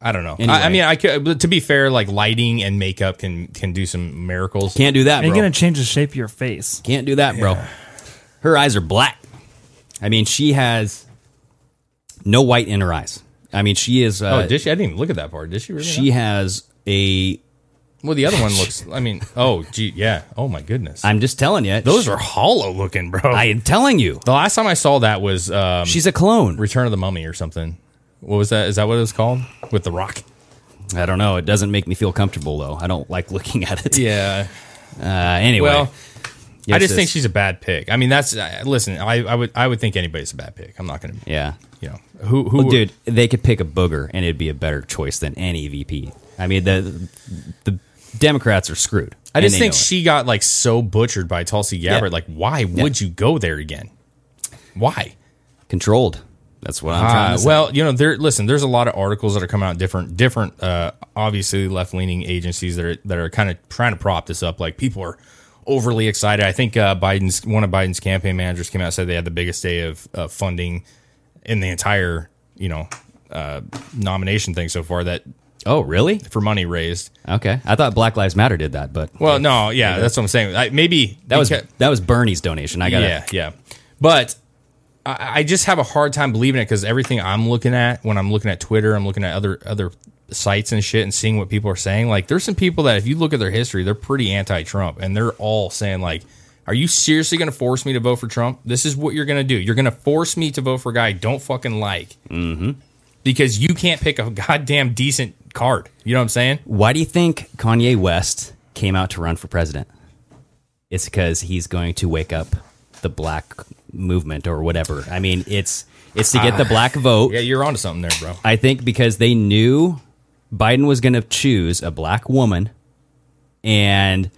Speaker 6: i don't know I, I
Speaker 7: Anyway.
Speaker 6: mean i could but to be fair like lighting and makeup can can do some miracles
Speaker 7: Can't do that,
Speaker 9: You're
Speaker 7: bro.
Speaker 9: gonna change the shape of your face.
Speaker 7: Can't do that, bro. Her eyes are black. I mean, she has no white in her eyes. I mean, she is. Uh,
Speaker 6: oh did she i didn't even look at that part did she really
Speaker 7: she
Speaker 6: not?
Speaker 7: has a.
Speaker 6: well the [laughs] other one looks i mean oh gee yeah oh my goodness
Speaker 7: I'm just telling you,
Speaker 6: those are hollow looking bro
Speaker 7: I am telling you,
Speaker 6: the last time i saw that was um
Speaker 7: she's a clone.
Speaker 6: return of the mummy or something what was that is that what it was called with the rock
Speaker 7: I don't know. It doesn't make me feel comfortable though. I don't like looking [laughs] at it.
Speaker 6: yeah
Speaker 7: Uh, anyway,
Speaker 6: well
Speaker 7: yes,
Speaker 6: I just think
Speaker 7: yes.
Speaker 6: she's a bad pick. I mean, that's uh, listen. I, I would I would think anybody's a bad pick. I'm not going to
Speaker 7: Yeah.
Speaker 6: you know who who
Speaker 7: Well, Oh, dude, they could pick a booger, and it'd be a better choice than any VP. I mean, the the Democrats are screwed.
Speaker 6: I
Speaker 7: and
Speaker 6: just
Speaker 7: they
Speaker 6: think
Speaker 7: know it.
Speaker 6: she got like so butchered by Tulsi Gabbard.
Speaker 7: Yeah.
Speaker 6: Like, why would you go there again? Why?
Speaker 7: controlled. That's what I'm trying
Speaker 6: Uh,
Speaker 7: to say.
Speaker 6: well, you know, there. Listen, there's a lot of articles that are coming out different, different, uh, obviously left leaning agencies that are that are kind of trying to prop this up. Like people are overly excited. I think uh, Biden's one of Biden's campaign managers came out and said they had the biggest day of uh, funding in the entire you know uh, nomination thing so far that
Speaker 7: oh, really?
Speaker 6: for money raised.
Speaker 7: Okay. I thought Black Lives Matter did that, but
Speaker 6: Well, no, yeah, that's what I'm saying. I, maybe
Speaker 7: that was
Speaker 6: because-
Speaker 7: that was Bernie's donation. I got
Speaker 6: yeah, yeah. But I, I just have a hard time believing it because everything I'm looking at when I'm looking at Twitter, I'm looking at other other sites and shit and seeing what people are saying. Like, there's some people that if you look at their history, they're pretty anti-Trump, and they're all saying like. Are you seriously going to force me to vote for Trump? This is what you're going to do. You're going to force me to vote for a guy I don't fucking like mm-hmm. because you can't pick a goddamn decent card. You know what I'm saying?
Speaker 7: Why do you think Kanye West came out to run for president? It's because he's going to wake up the black movement or whatever. I mean, it's it's to get the black vote.
Speaker 6: Ah, Yeah, you're onto something there, bro.
Speaker 7: I think because they knew Biden was going to choose a black woman, and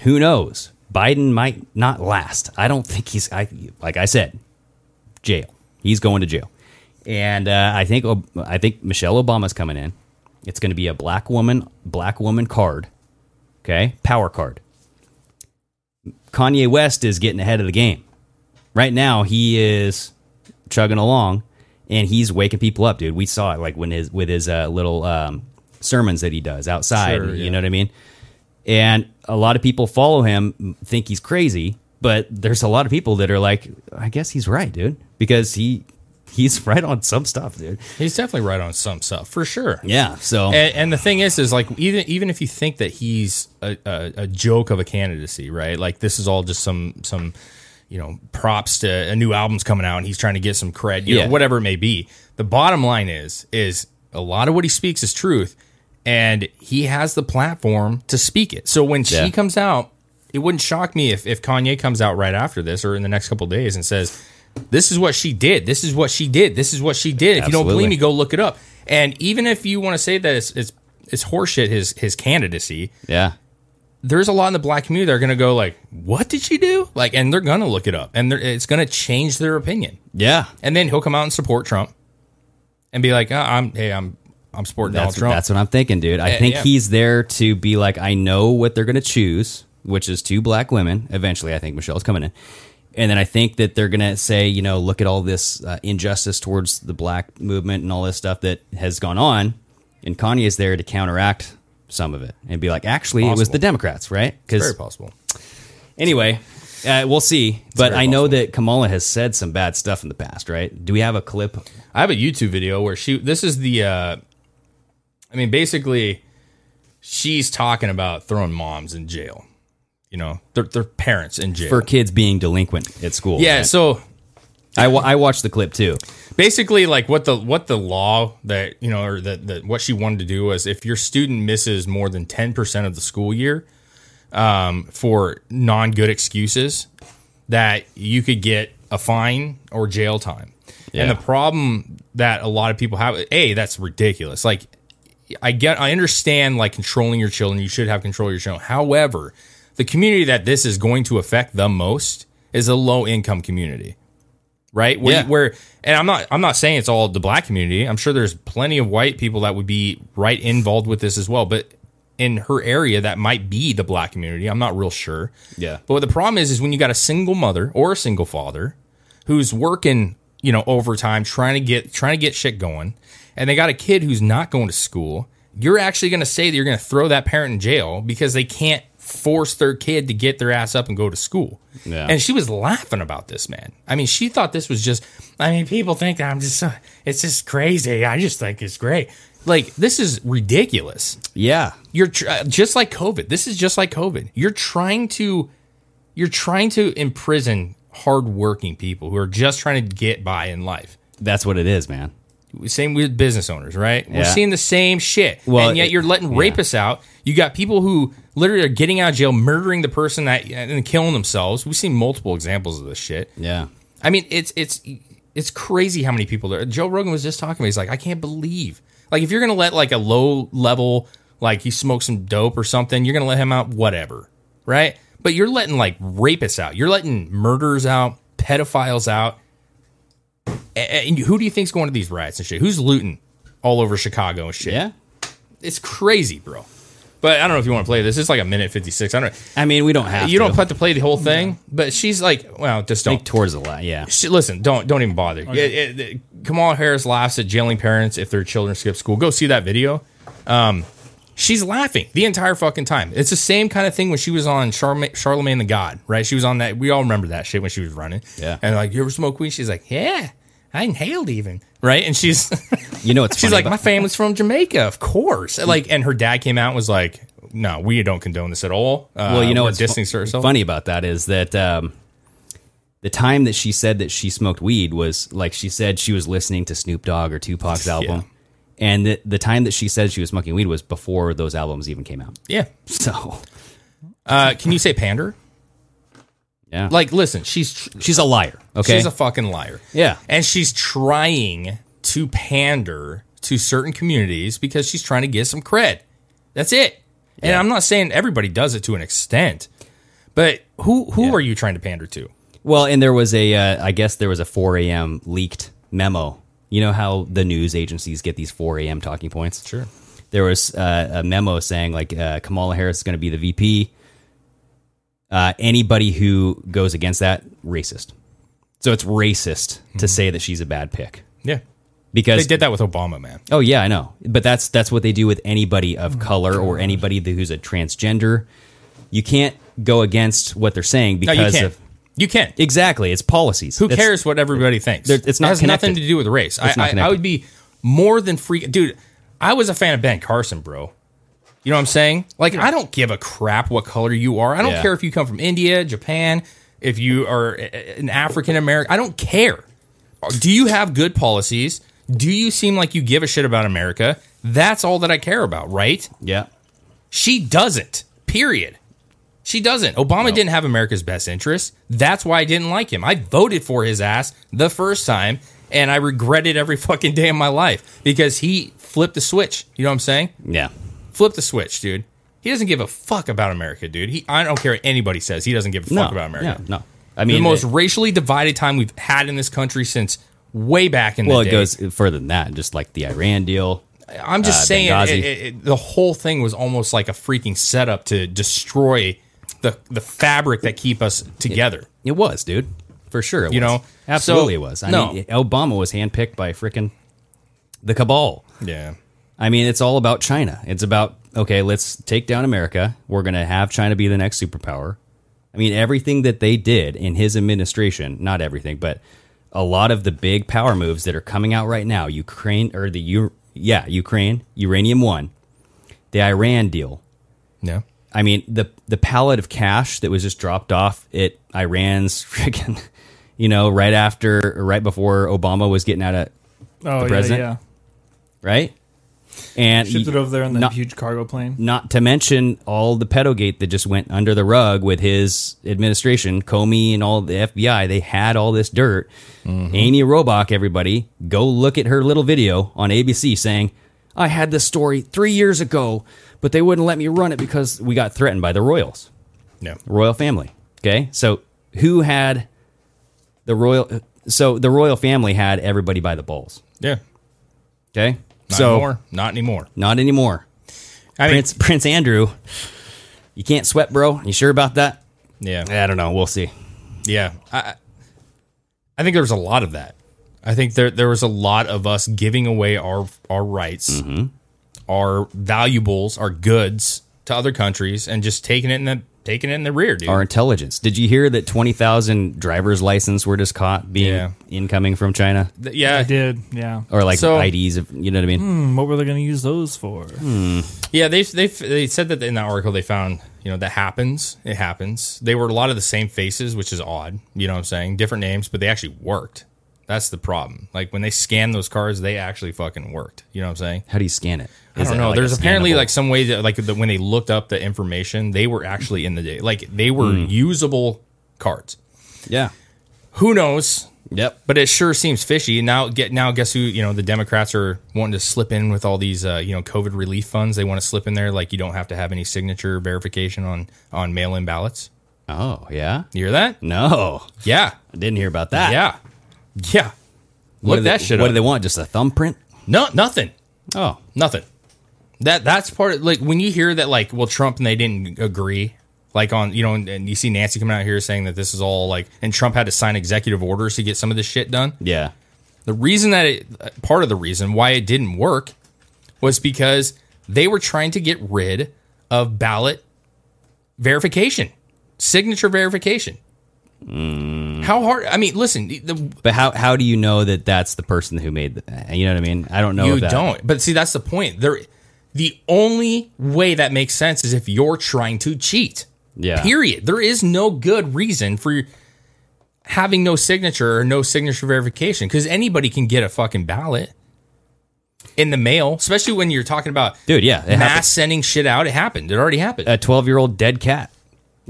Speaker 7: who knows, Biden might not last. I don't think he's. I like I said, jail. He's going to jail, and uh, I think Ob- I think Michelle Obama's coming in. It's going to be a black woman, black woman card, okay, power card. Kanye West is getting ahead of the game. Right now, he is chugging along and he's waking people up, dude. We saw it like when his with his uh, little um, sermons that he does outside.
Speaker 6: Sure,
Speaker 7: You
Speaker 6: yeah.
Speaker 7: know what I mean? And a lot of people follow him, m- think he's crazy, but there's a lot of people that are like, I guess he's right, dude, because he he's [laughs] right on some stuff, dude.
Speaker 6: He's definitely right on some stuff for sure.
Speaker 7: Yeah. So
Speaker 6: And, and the thing is, is like even even if you think that he's a, a, a joke of a candidacy, right? Like this is all just some some you know props to a new album's coming out and he's trying to get some cred, you
Speaker 7: Yeah.
Speaker 6: know, whatever it may be. The bottom line is is a lot of what he speaks is truth, and he has the platform to speak it. So when
Speaker 7: Yeah.
Speaker 6: she comes out, it wouldn't shock me if if Kanye comes out right after this or in the next couple of days and says. This is what she did. This is what she did. This is what she did. If you don't
Speaker 7: Absolutely.
Speaker 6: believe me, go look it up. And even if you want to say that it's it's, it's horseshit his his candidacy,
Speaker 7: yeah,
Speaker 6: there's a lot in the black community that are going to go like, "What did she do?" Like, and they're going to look it up, and they're- it's going to change their opinion.
Speaker 7: yeah,
Speaker 6: And then he'll come out and support Trump, and be like, "Ah, I'm hey, I'm I'm sporting Donald
Speaker 7: That's,
Speaker 6: Trump.
Speaker 7: that's what I'm thinking, dude. I
Speaker 6: Yeah,
Speaker 7: think
Speaker 6: yeah.
Speaker 7: he's there to be like, I know what they're going to choose, which is two black women. Eventually, I think Michelle's coming in. And then I think that they're going to say, you know, look at all this uh, injustice towards the black movement and all this stuff that has gone on. And Kanye's there to counteract some of it and be like, actually, it was
Speaker 6: Possible.
Speaker 7: the Democrats, right?
Speaker 6: It's very possible.
Speaker 7: Anyway, uh, we'll see. but
Speaker 6: very
Speaker 7: I know that Kamala has said some bad stuff in the past, right? Do we have a clip?
Speaker 6: I have a YouTube video where she. This is the. Uh, I mean, basically, she's talking about throwing moms in jail. You know, their their parents in jail
Speaker 7: for kids being delinquent at school?
Speaker 6: Yeah.
Speaker 7: right?
Speaker 6: So
Speaker 7: I, wa- I watched the clip too.
Speaker 6: basically like what the what the law that you know or that, that what she wanted to do was if your student misses more than 10% of the school year um, for non-good excuses that you could get a fine or jail time and
Speaker 7: Yeah.
Speaker 6: the problem that a lot of people have a that's ridiculous like i get i understand like controlling your children you should have control of your children however the community that this is going to affect the most is a low income community right? Where,
Speaker 7: Yeah.
Speaker 6: where and I'm not I'm not saying it's all the black community. I'm sure there's plenty of white people that would be right involved with this as well, but in her area that might be the black community. I'm not real sure.
Speaker 7: Yeah.
Speaker 6: But what the problem is is when you got a single mother or a single father who's working, you know, overtime trying to get trying to get shit going, and they got a kid who's not going to school, you're actually going to say that you're going to throw that parent in jail because they can't force their kid to get their ass up and go to school.
Speaker 7: Yeah.
Speaker 6: And she was laughing about this, man. I mean, she thought this was just I mean, people think that I'm just so, it's just crazy. I just think it's great. Like this is ridiculous.
Speaker 7: Yeah.
Speaker 6: You're tr- uh, just like COVID. This is just like COVID. You're trying to you're trying to imprison hardworking people who are just trying to get by in life.
Speaker 7: That's what it is, man.
Speaker 6: Same with business owners, right? We're
Speaker 7: Yeah.
Speaker 6: seeing the same shit.
Speaker 7: Well,
Speaker 6: and yet
Speaker 7: it-
Speaker 6: you're letting rapists out. You got people who literally are getting out of jail, murdering the person that and killing themselves. We've seen multiple examples of this shit.
Speaker 7: Yeah.
Speaker 6: I mean, it's it's it's crazy how many people there. Joe Rogan was just talking about. it. He's like, I can't believe. Like, if you're gonna let like a low level, like he smoked some dope or something, you're gonna let him out, whatever, right? But you're letting like rapists out. You're letting murderers out, pedophiles out. A- And who do you think's going to these riots and shit? Who's looting all over Chicago and shit?
Speaker 7: Yeah.
Speaker 6: it's crazy, bro. But I don't know if you want to play this. It's like a minute fifty six. I don't.
Speaker 7: I mean, we don't have
Speaker 6: Uh, You
Speaker 7: to.
Speaker 6: don't have to play the whole thing, but she's like, well, just don't.
Speaker 7: Think towards the lot. Yeah.
Speaker 6: Sh listen, don't don't even bother. It- it- it- Kamala Harris laughs at jailing parents if their children skip school. Go see that video. Um, she's laughing the entire fucking time. It's the same kind of thing when she was on Charma- Charlemagne the God, right? She was on that. We all remember that shit when she was running.
Speaker 7: Yeah.
Speaker 6: And like, you ever smoke weed? She's like, yeah, I inhaled even, right? And she's [laughs]
Speaker 7: You know, it's
Speaker 6: she's
Speaker 7: funny
Speaker 6: like,
Speaker 7: about-
Speaker 6: my family's from Jamaica, of course. And, Like, and her dad came out and was like, no, we don't condone this at all. Uh,
Speaker 7: well, you know
Speaker 6: we're
Speaker 7: what's fu-
Speaker 6: distancing herself.
Speaker 7: funny about that is that um, the time that she said that she smoked weed was like she said she was listening to Snoop Dogg
Speaker 6: [laughs]
Speaker 7: or Tupac's album, and the, the time that she said she was smoking weed was before those albums even came out.
Speaker 6: Yeah.
Speaker 7: So [laughs]
Speaker 6: Uh, can you say pander?
Speaker 7: yeah,
Speaker 6: Like, listen, she's
Speaker 7: she's a liar. Okay,
Speaker 6: She's a fucking liar.
Speaker 7: Yeah.
Speaker 6: And she's trying to pander to certain communities because she's trying to get some cred. That's it. And I'm not saying everybody does it to an extent, but who who are you trying to pander to?
Speaker 7: Well, and there was a, uh, I guess there was a 4 a.m. leaked memo. You know how the news agencies get these 4 a.m. talking points?
Speaker 6: Sure.
Speaker 7: There was uh, a memo saying like uh, Kamala Harris is going to be the VP. Uh, anybody who goes against that, racist. So it's racist to say that she's a bad pick
Speaker 6: Yeah. Hmm. They
Speaker 7: because
Speaker 6: did that with Obama, man.
Speaker 7: Oh yeah, I know. But that's that's what they do with anybody
Speaker 6: Oh,
Speaker 7: of color or anybody that- who's a transgender. You can't go against what they're saying
Speaker 6: No, you
Speaker 7: because
Speaker 6: can't.
Speaker 7: of
Speaker 6: You can't.
Speaker 7: exactly. It's policies.
Speaker 6: Who
Speaker 7: It's-
Speaker 6: cares what everybody thinks?
Speaker 7: They're- it's not
Speaker 6: It has nothing
Speaker 7: connected.
Speaker 6: to do with race. I,
Speaker 7: It's not
Speaker 6: I, I
Speaker 7: connected.
Speaker 6: would be more than freak, dude. I was a fan of Ben Carson, bro. You know what I'm saying? Like, I don't give a crap what color you are. I don't
Speaker 7: Yeah.
Speaker 6: care if you come from India, Japan, if you are a- a- an African American. I don't care. Do you have good policies? Do you seem like you give a shit about America? That's all that I care about, right?
Speaker 7: Yeah.
Speaker 6: She doesn't. Period. She doesn't. Obama didn't have America's best interest. That's why I didn't like him. I voted for his ass the first time, and I regretted every [laughs] fucking day of my life because he flipped the switch. You know what I'm saying?
Speaker 7: Yeah.
Speaker 6: Flip the switch, dude. He doesn't give a fuck about America, dude. He I don't care what anybody says. He doesn't give a fuck about America.
Speaker 7: Yeah, no. I mean,
Speaker 6: the most
Speaker 7: it-
Speaker 6: racially divided time we've had in this country since way back in
Speaker 7: well,
Speaker 6: the day.
Speaker 7: it goes further than that, just like the Iran deal.
Speaker 6: I'm just
Speaker 7: uh,
Speaker 6: saying
Speaker 7: Benghazi.
Speaker 6: it, it, it- the whole thing was almost like a freaking setup to destroy the the fabric that keep us together.
Speaker 7: It was, dude, for sure. It
Speaker 6: You
Speaker 7: was.
Speaker 6: know? So,
Speaker 7: absolutely, it was. I
Speaker 6: no.
Speaker 7: mean, Obama was handpicked by frickin' the cabal.
Speaker 6: Yeah.
Speaker 7: I mean, it's all about China. It's about okay, let's take down America. We're gonna have China be the next superpower. I mean, everything that they did in his administration, not everything, but a lot of the big power moves that are coming out right now, Ukraine or the U, yeah, Ukraine, uranium one, the Iran deal,
Speaker 6: Yeah.
Speaker 7: I mean the the pallet of cash that was just dropped off at Iran's [laughs] freaking, you know, right after, or right before Obama was getting out of
Speaker 9: Oh,
Speaker 7: the
Speaker 9: yeah,
Speaker 7: president,
Speaker 9: yeah.
Speaker 7: right? And
Speaker 9: Shipped it over there in that
Speaker 7: not,
Speaker 9: huge cargo plane.
Speaker 7: not to mention all the pedogate that just went under the rug with his administration, Comey and all the FBI. They had all this dirt.
Speaker 9: Mm-hmm.
Speaker 7: Amy Robach, everybody, go look at her little video on ABC saying, I had this story three years ago, but they wouldn't let me run it because we got threatened by the royals,
Speaker 6: Yeah.
Speaker 7: royal family. Okay. So who had the royal? So the royal family had everybody by the balls.
Speaker 6: Yeah.
Speaker 7: Okay.
Speaker 6: Not
Speaker 7: so
Speaker 6: anymore. Not anymore.
Speaker 7: not anymore.
Speaker 6: I mean-
Speaker 7: Prince Prince Andrew, you can't sweat, bro. You sure about that?
Speaker 6: Yeah.
Speaker 7: I don't know. We'll see.
Speaker 6: Yeah, I, I- I think there was a lot of that. I think there there was a lot of us giving away our our rights, our valuables, our goods to other countries, and just taking it in the taking it in the rear, dude.
Speaker 7: Our intelligence. Did you hear that twenty thousand driver's license were just caught being
Speaker 6: Yeah.
Speaker 7: incoming from China,
Speaker 6: Th- yeah,
Speaker 9: I did, yeah.
Speaker 7: or like
Speaker 6: So-
Speaker 7: IDs? Of, you know what I mean?
Speaker 9: Hmm, what were they going to use those for?
Speaker 7: Hmm.
Speaker 6: Yeah, they they they said that in that article they found you know that happens. It happens. They were a lot of the same faces, which is odd. You know what I'm saying? Different names, but they actually worked. That's the problem. Like when they scanned those cards, they actually fucking worked. You know what I'm saying?
Speaker 7: How do you scan it?
Speaker 6: I
Speaker 7: Is
Speaker 6: don't
Speaker 7: it
Speaker 6: know.
Speaker 7: like a
Speaker 6: There's apparently
Speaker 7: scannable-
Speaker 6: like some way that like the, when they looked up the information, they were actually in the day. Like they were usable cards.
Speaker 7: yeah,
Speaker 6: Who knows?
Speaker 7: yep.
Speaker 6: But it sure seems fishy. And Now get now guess who? You know the Democrats are wanting to slip in with all these uh, you know COVID relief funds. They want to slip in there like you don't have to have any signature verification on on mail in ballots.
Speaker 7: Oh yeah.
Speaker 6: You hear that?
Speaker 7: No,
Speaker 6: Yeah,
Speaker 7: I didn't hear about that.
Speaker 6: yeah, yeah.
Speaker 7: What
Speaker 6: Look
Speaker 7: do they,
Speaker 6: that shit
Speaker 7: What
Speaker 6: up.
Speaker 7: do they want? Just a thumbprint?
Speaker 6: No, nothing.
Speaker 7: Oh,
Speaker 6: Nothing. That that's part of like when you hear that like well Trump and they didn't agree like on you know and, and you see Nancy coming out here saying that this is all like and Trump had to sign executive orders to get some of this shit done.
Speaker 7: yeah.
Speaker 6: The reason that it part of the reason why it didn't work was because they were trying to get rid of ballot verification, signature verification. How hard? I mean, listen, the,
Speaker 7: But how how do you know that that's the person who made? The, you know what I mean? I don't know.
Speaker 6: You
Speaker 7: if that-
Speaker 6: don't. But see, that's the point. There, the only way that makes sense is if you're trying to cheat.
Speaker 7: Yeah.
Speaker 6: Period. There is no good reason for having no signature or no signature verification because anybody can get a fucking ballot in the mail, especially when you're talking about
Speaker 7: Dude, yeah, it
Speaker 6: mass
Speaker 7: happened.
Speaker 6: sending shit out. It happened. It already happened.
Speaker 7: a 12 year old dead cat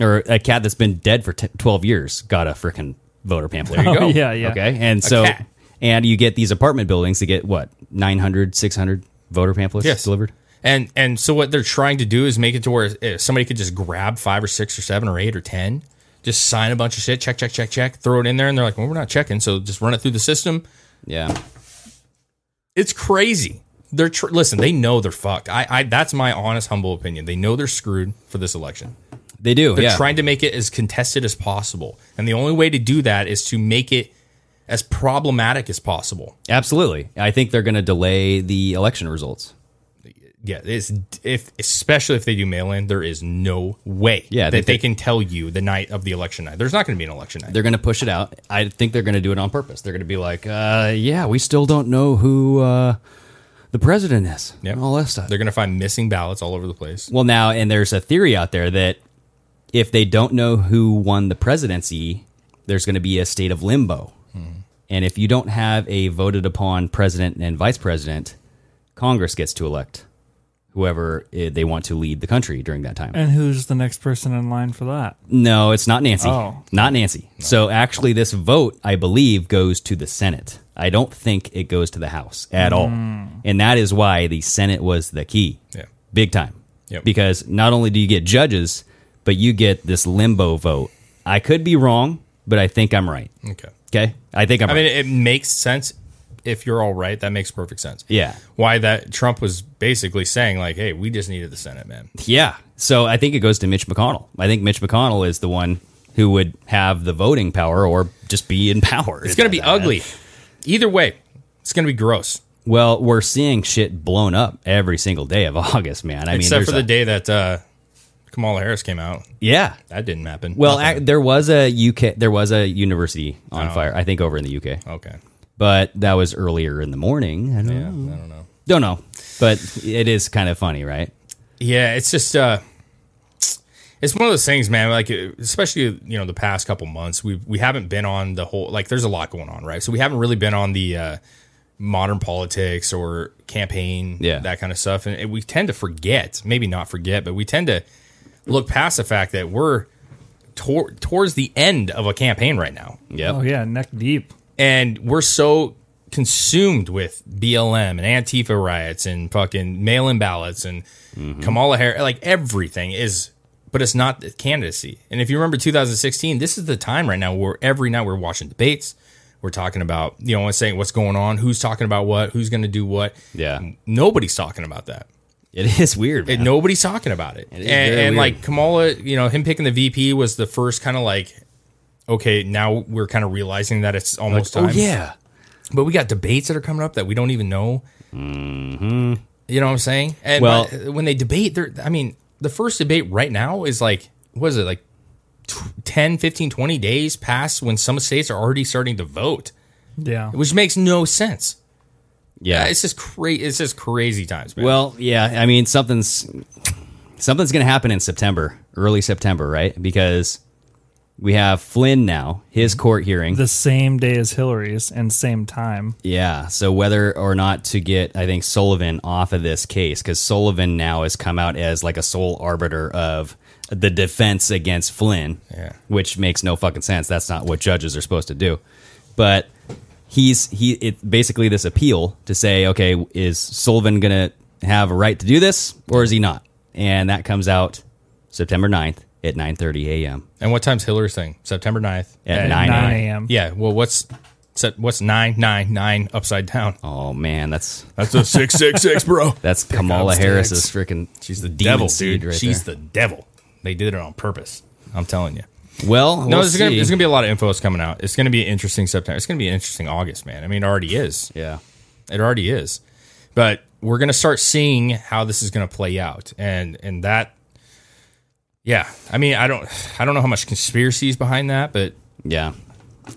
Speaker 7: or a cat that's been dead for t- 12 years got a freaking voter pamphlet.
Speaker 6: [laughs] There you go.
Speaker 9: yeah, yeah.
Speaker 7: Okay. And so,
Speaker 6: cat.
Speaker 7: and you get these apartment buildings that get what, 900, 600 voter pamphlets
Speaker 6: Yes.
Speaker 7: delivered?
Speaker 6: And and so what they're trying to do is make it to where eh, somebody could just grab five or six or seven or eight or ten, just sign a bunch of shit, check, check, check, check, throw it in there, and they're like, well, we're not checking, so just run it through the system.
Speaker 7: Yeah.
Speaker 6: It's crazy. They're tr- listen. They know they're fucked. I, I that's my honest, humble opinion. They know they're screwed for this election.
Speaker 7: They do.
Speaker 6: They're
Speaker 7: Oh, yeah.
Speaker 6: trying to make it as contested as possible, and the only way to do that is to make it as problematic as possible.
Speaker 7: Absolutely. I think they're going to delay the election results.
Speaker 6: Yeah, it's if especially if they do mail in, there is no way
Speaker 7: Yeah, they-
Speaker 6: that they can tell you the night of the election night. There's not going to be an election night.
Speaker 7: They're going to push it out. I think they're going to do it on purpose. They're going to be like, uh, yeah, we still don't know who uh, the president is.
Speaker 6: Yeah.
Speaker 7: And all that stuff.
Speaker 6: They're going to find missing ballots all over the place.
Speaker 7: Well, now, and there's a theory out there that if they don't know who won the presidency, there's going to be a state of limbo. And if you don't have a voted upon president and vice president, Congress gets to elect whoever eh, they want to lead the country during that time.
Speaker 9: And who's the next person in line for that?
Speaker 7: No, it's not Nancy.
Speaker 9: Oh.
Speaker 7: Not Nancy. So actually, this vote, I believe, goes to the Senate. I don't think it goes to the House at all. And that is why the Senate was the key.
Speaker 6: Hmm. Yeah.
Speaker 7: Big time.
Speaker 6: Yep.
Speaker 7: Because not only do you get judges, but you get this limbo vote. I could be wrong, but I think I'm right.
Speaker 6: Okay.
Speaker 7: Okay, I think I'm.
Speaker 6: I
Speaker 7: right.
Speaker 6: mean, it makes sense if you're all right. That makes perfect sense.
Speaker 7: Yeah.
Speaker 6: Why that Trump was basically saying like, "Hey, we just needed the Senate, man."
Speaker 7: Yeah. So I think it goes to Mitch McConnell. I think Mitch McConnell is the one who would have the voting power or just be in power.
Speaker 6: It's going to be ugly. Either way, it's going to be gross.
Speaker 7: Well, we're seeing shit blown up every single day of [laughs] August, man. I mean,
Speaker 6: Except
Speaker 7: there's
Speaker 6: for the
Speaker 7: a-
Speaker 6: day that uh, Kamala Harris came out.
Speaker 7: Yeah.
Speaker 6: That didn't happen.
Speaker 7: Well,
Speaker 6: Nothing.
Speaker 7: ac there was a UK, there was a university on
Speaker 6: Oh.
Speaker 7: fire. I think over in the UK.
Speaker 6: Okay.
Speaker 7: but that was earlier in the morning. I don't
Speaker 6: Yeah,
Speaker 7: know.
Speaker 6: I don't know.
Speaker 7: Don't know, but it is kind of funny, right?
Speaker 6: Yeah, it's just uh it's one of those things, man. Like, uh, especially you know, the past couple months, we we haven't been on the whole. Like, there's a lot going on, right? So we haven't really been on the uh, modern politics or campaign,
Speaker 7: Yeah.
Speaker 6: that kind of stuff. And we tend to forget, maybe not forget, but we tend to look past the fact that we're tor- towards the end of a campaign right now.
Speaker 7: Yep.
Speaker 9: Oh yeah, neck deep.
Speaker 6: and we're so consumed with BLM and Antifa riots and fucking mail-in ballots and
Speaker 7: Mm-hmm.
Speaker 6: Kamala Harris, like everything is, but it's not the candidacy. And if you remember 2016, this is the time right now where every night we're watching debates, we're talking about you know, saying what's going on, who's talking about what, who's going to do what.
Speaker 7: Yeah.
Speaker 6: Nobody's talking about that.
Speaker 7: It is weird, man.
Speaker 6: And nobody's talking about it.
Speaker 7: is
Speaker 6: and
Speaker 7: very
Speaker 6: and
Speaker 7: weird.
Speaker 6: like Kamala, you know, him picking the VP was the first kind of like, okay, now we're kind of realizing that it's almost
Speaker 7: oh
Speaker 6: time.
Speaker 7: yeah.
Speaker 6: But we got debates that are coming up that we don't even know. You know what I'm saying? And
Speaker 7: Well-
Speaker 6: my- when they debate, they're, I mean, the first debate right now is like, what is it, like t- 10, 15, 20 days past when some states are already starting to vote,
Speaker 9: Yeah.
Speaker 6: which makes no sense.
Speaker 7: Yeah.
Speaker 6: It's just crazy. It's just crazy times, man.
Speaker 7: Well, yeah, I mean something's something's going to happen in September, early September, right? Because we have Flynn now,
Speaker 6: Mm-hmm.
Speaker 7: his court hearing.
Speaker 9: The same day as Hillary's and same time.
Speaker 7: yeah, so whether or not to get I think Sullivan off of this case cuz Sullivan now has come out as like a sole arbiter of the defense against Flynn,
Speaker 6: Yeah.
Speaker 7: which makes no fucking sense. That's not what judges are supposed to do. But he's he it basically this appeal to say okay is sullivan gonna have a right to do this or is he not and that comes out september 9th at 9.30 a.m
Speaker 6: and what time's Hillary's thing? September 9th
Speaker 7: At
Speaker 6: at
Speaker 7: 9
Speaker 9: 9 a.m.
Speaker 6: Yeah. Well, what's set, what's 999 upside down?
Speaker 7: oh man that's
Speaker 6: That's a 666, bro.
Speaker 7: that's kamala
Speaker 6: up
Speaker 7: harris's
Speaker 6: sticks.
Speaker 7: freaking
Speaker 6: She's the
Speaker 7: demon
Speaker 6: devil,
Speaker 7: seed
Speaker 6: dude.
Speaker 7: right
Speaker 6: She's
Speaker 7: there.
Speaker 6: the devil. They did it on purpose. I'm telling you.
Speaker 7: well
Speaker 6: No,
Speaker 7: we'll
Speaker 6: there's gonna,
Speaker 7: see.
Speaker 6: there's gonna be a lot of infos coming out. It's gonna be an interesting September. It's gonna be an interesting August, man. I mean, it already is.
Speaker 7: yeah
Speaker 6: It already is. But we're gonna start seeing how this is gonna play out, and and that, yeah. I mean, I don't I don't know how much conspiracy is behind that, but
Speaker 7: yeah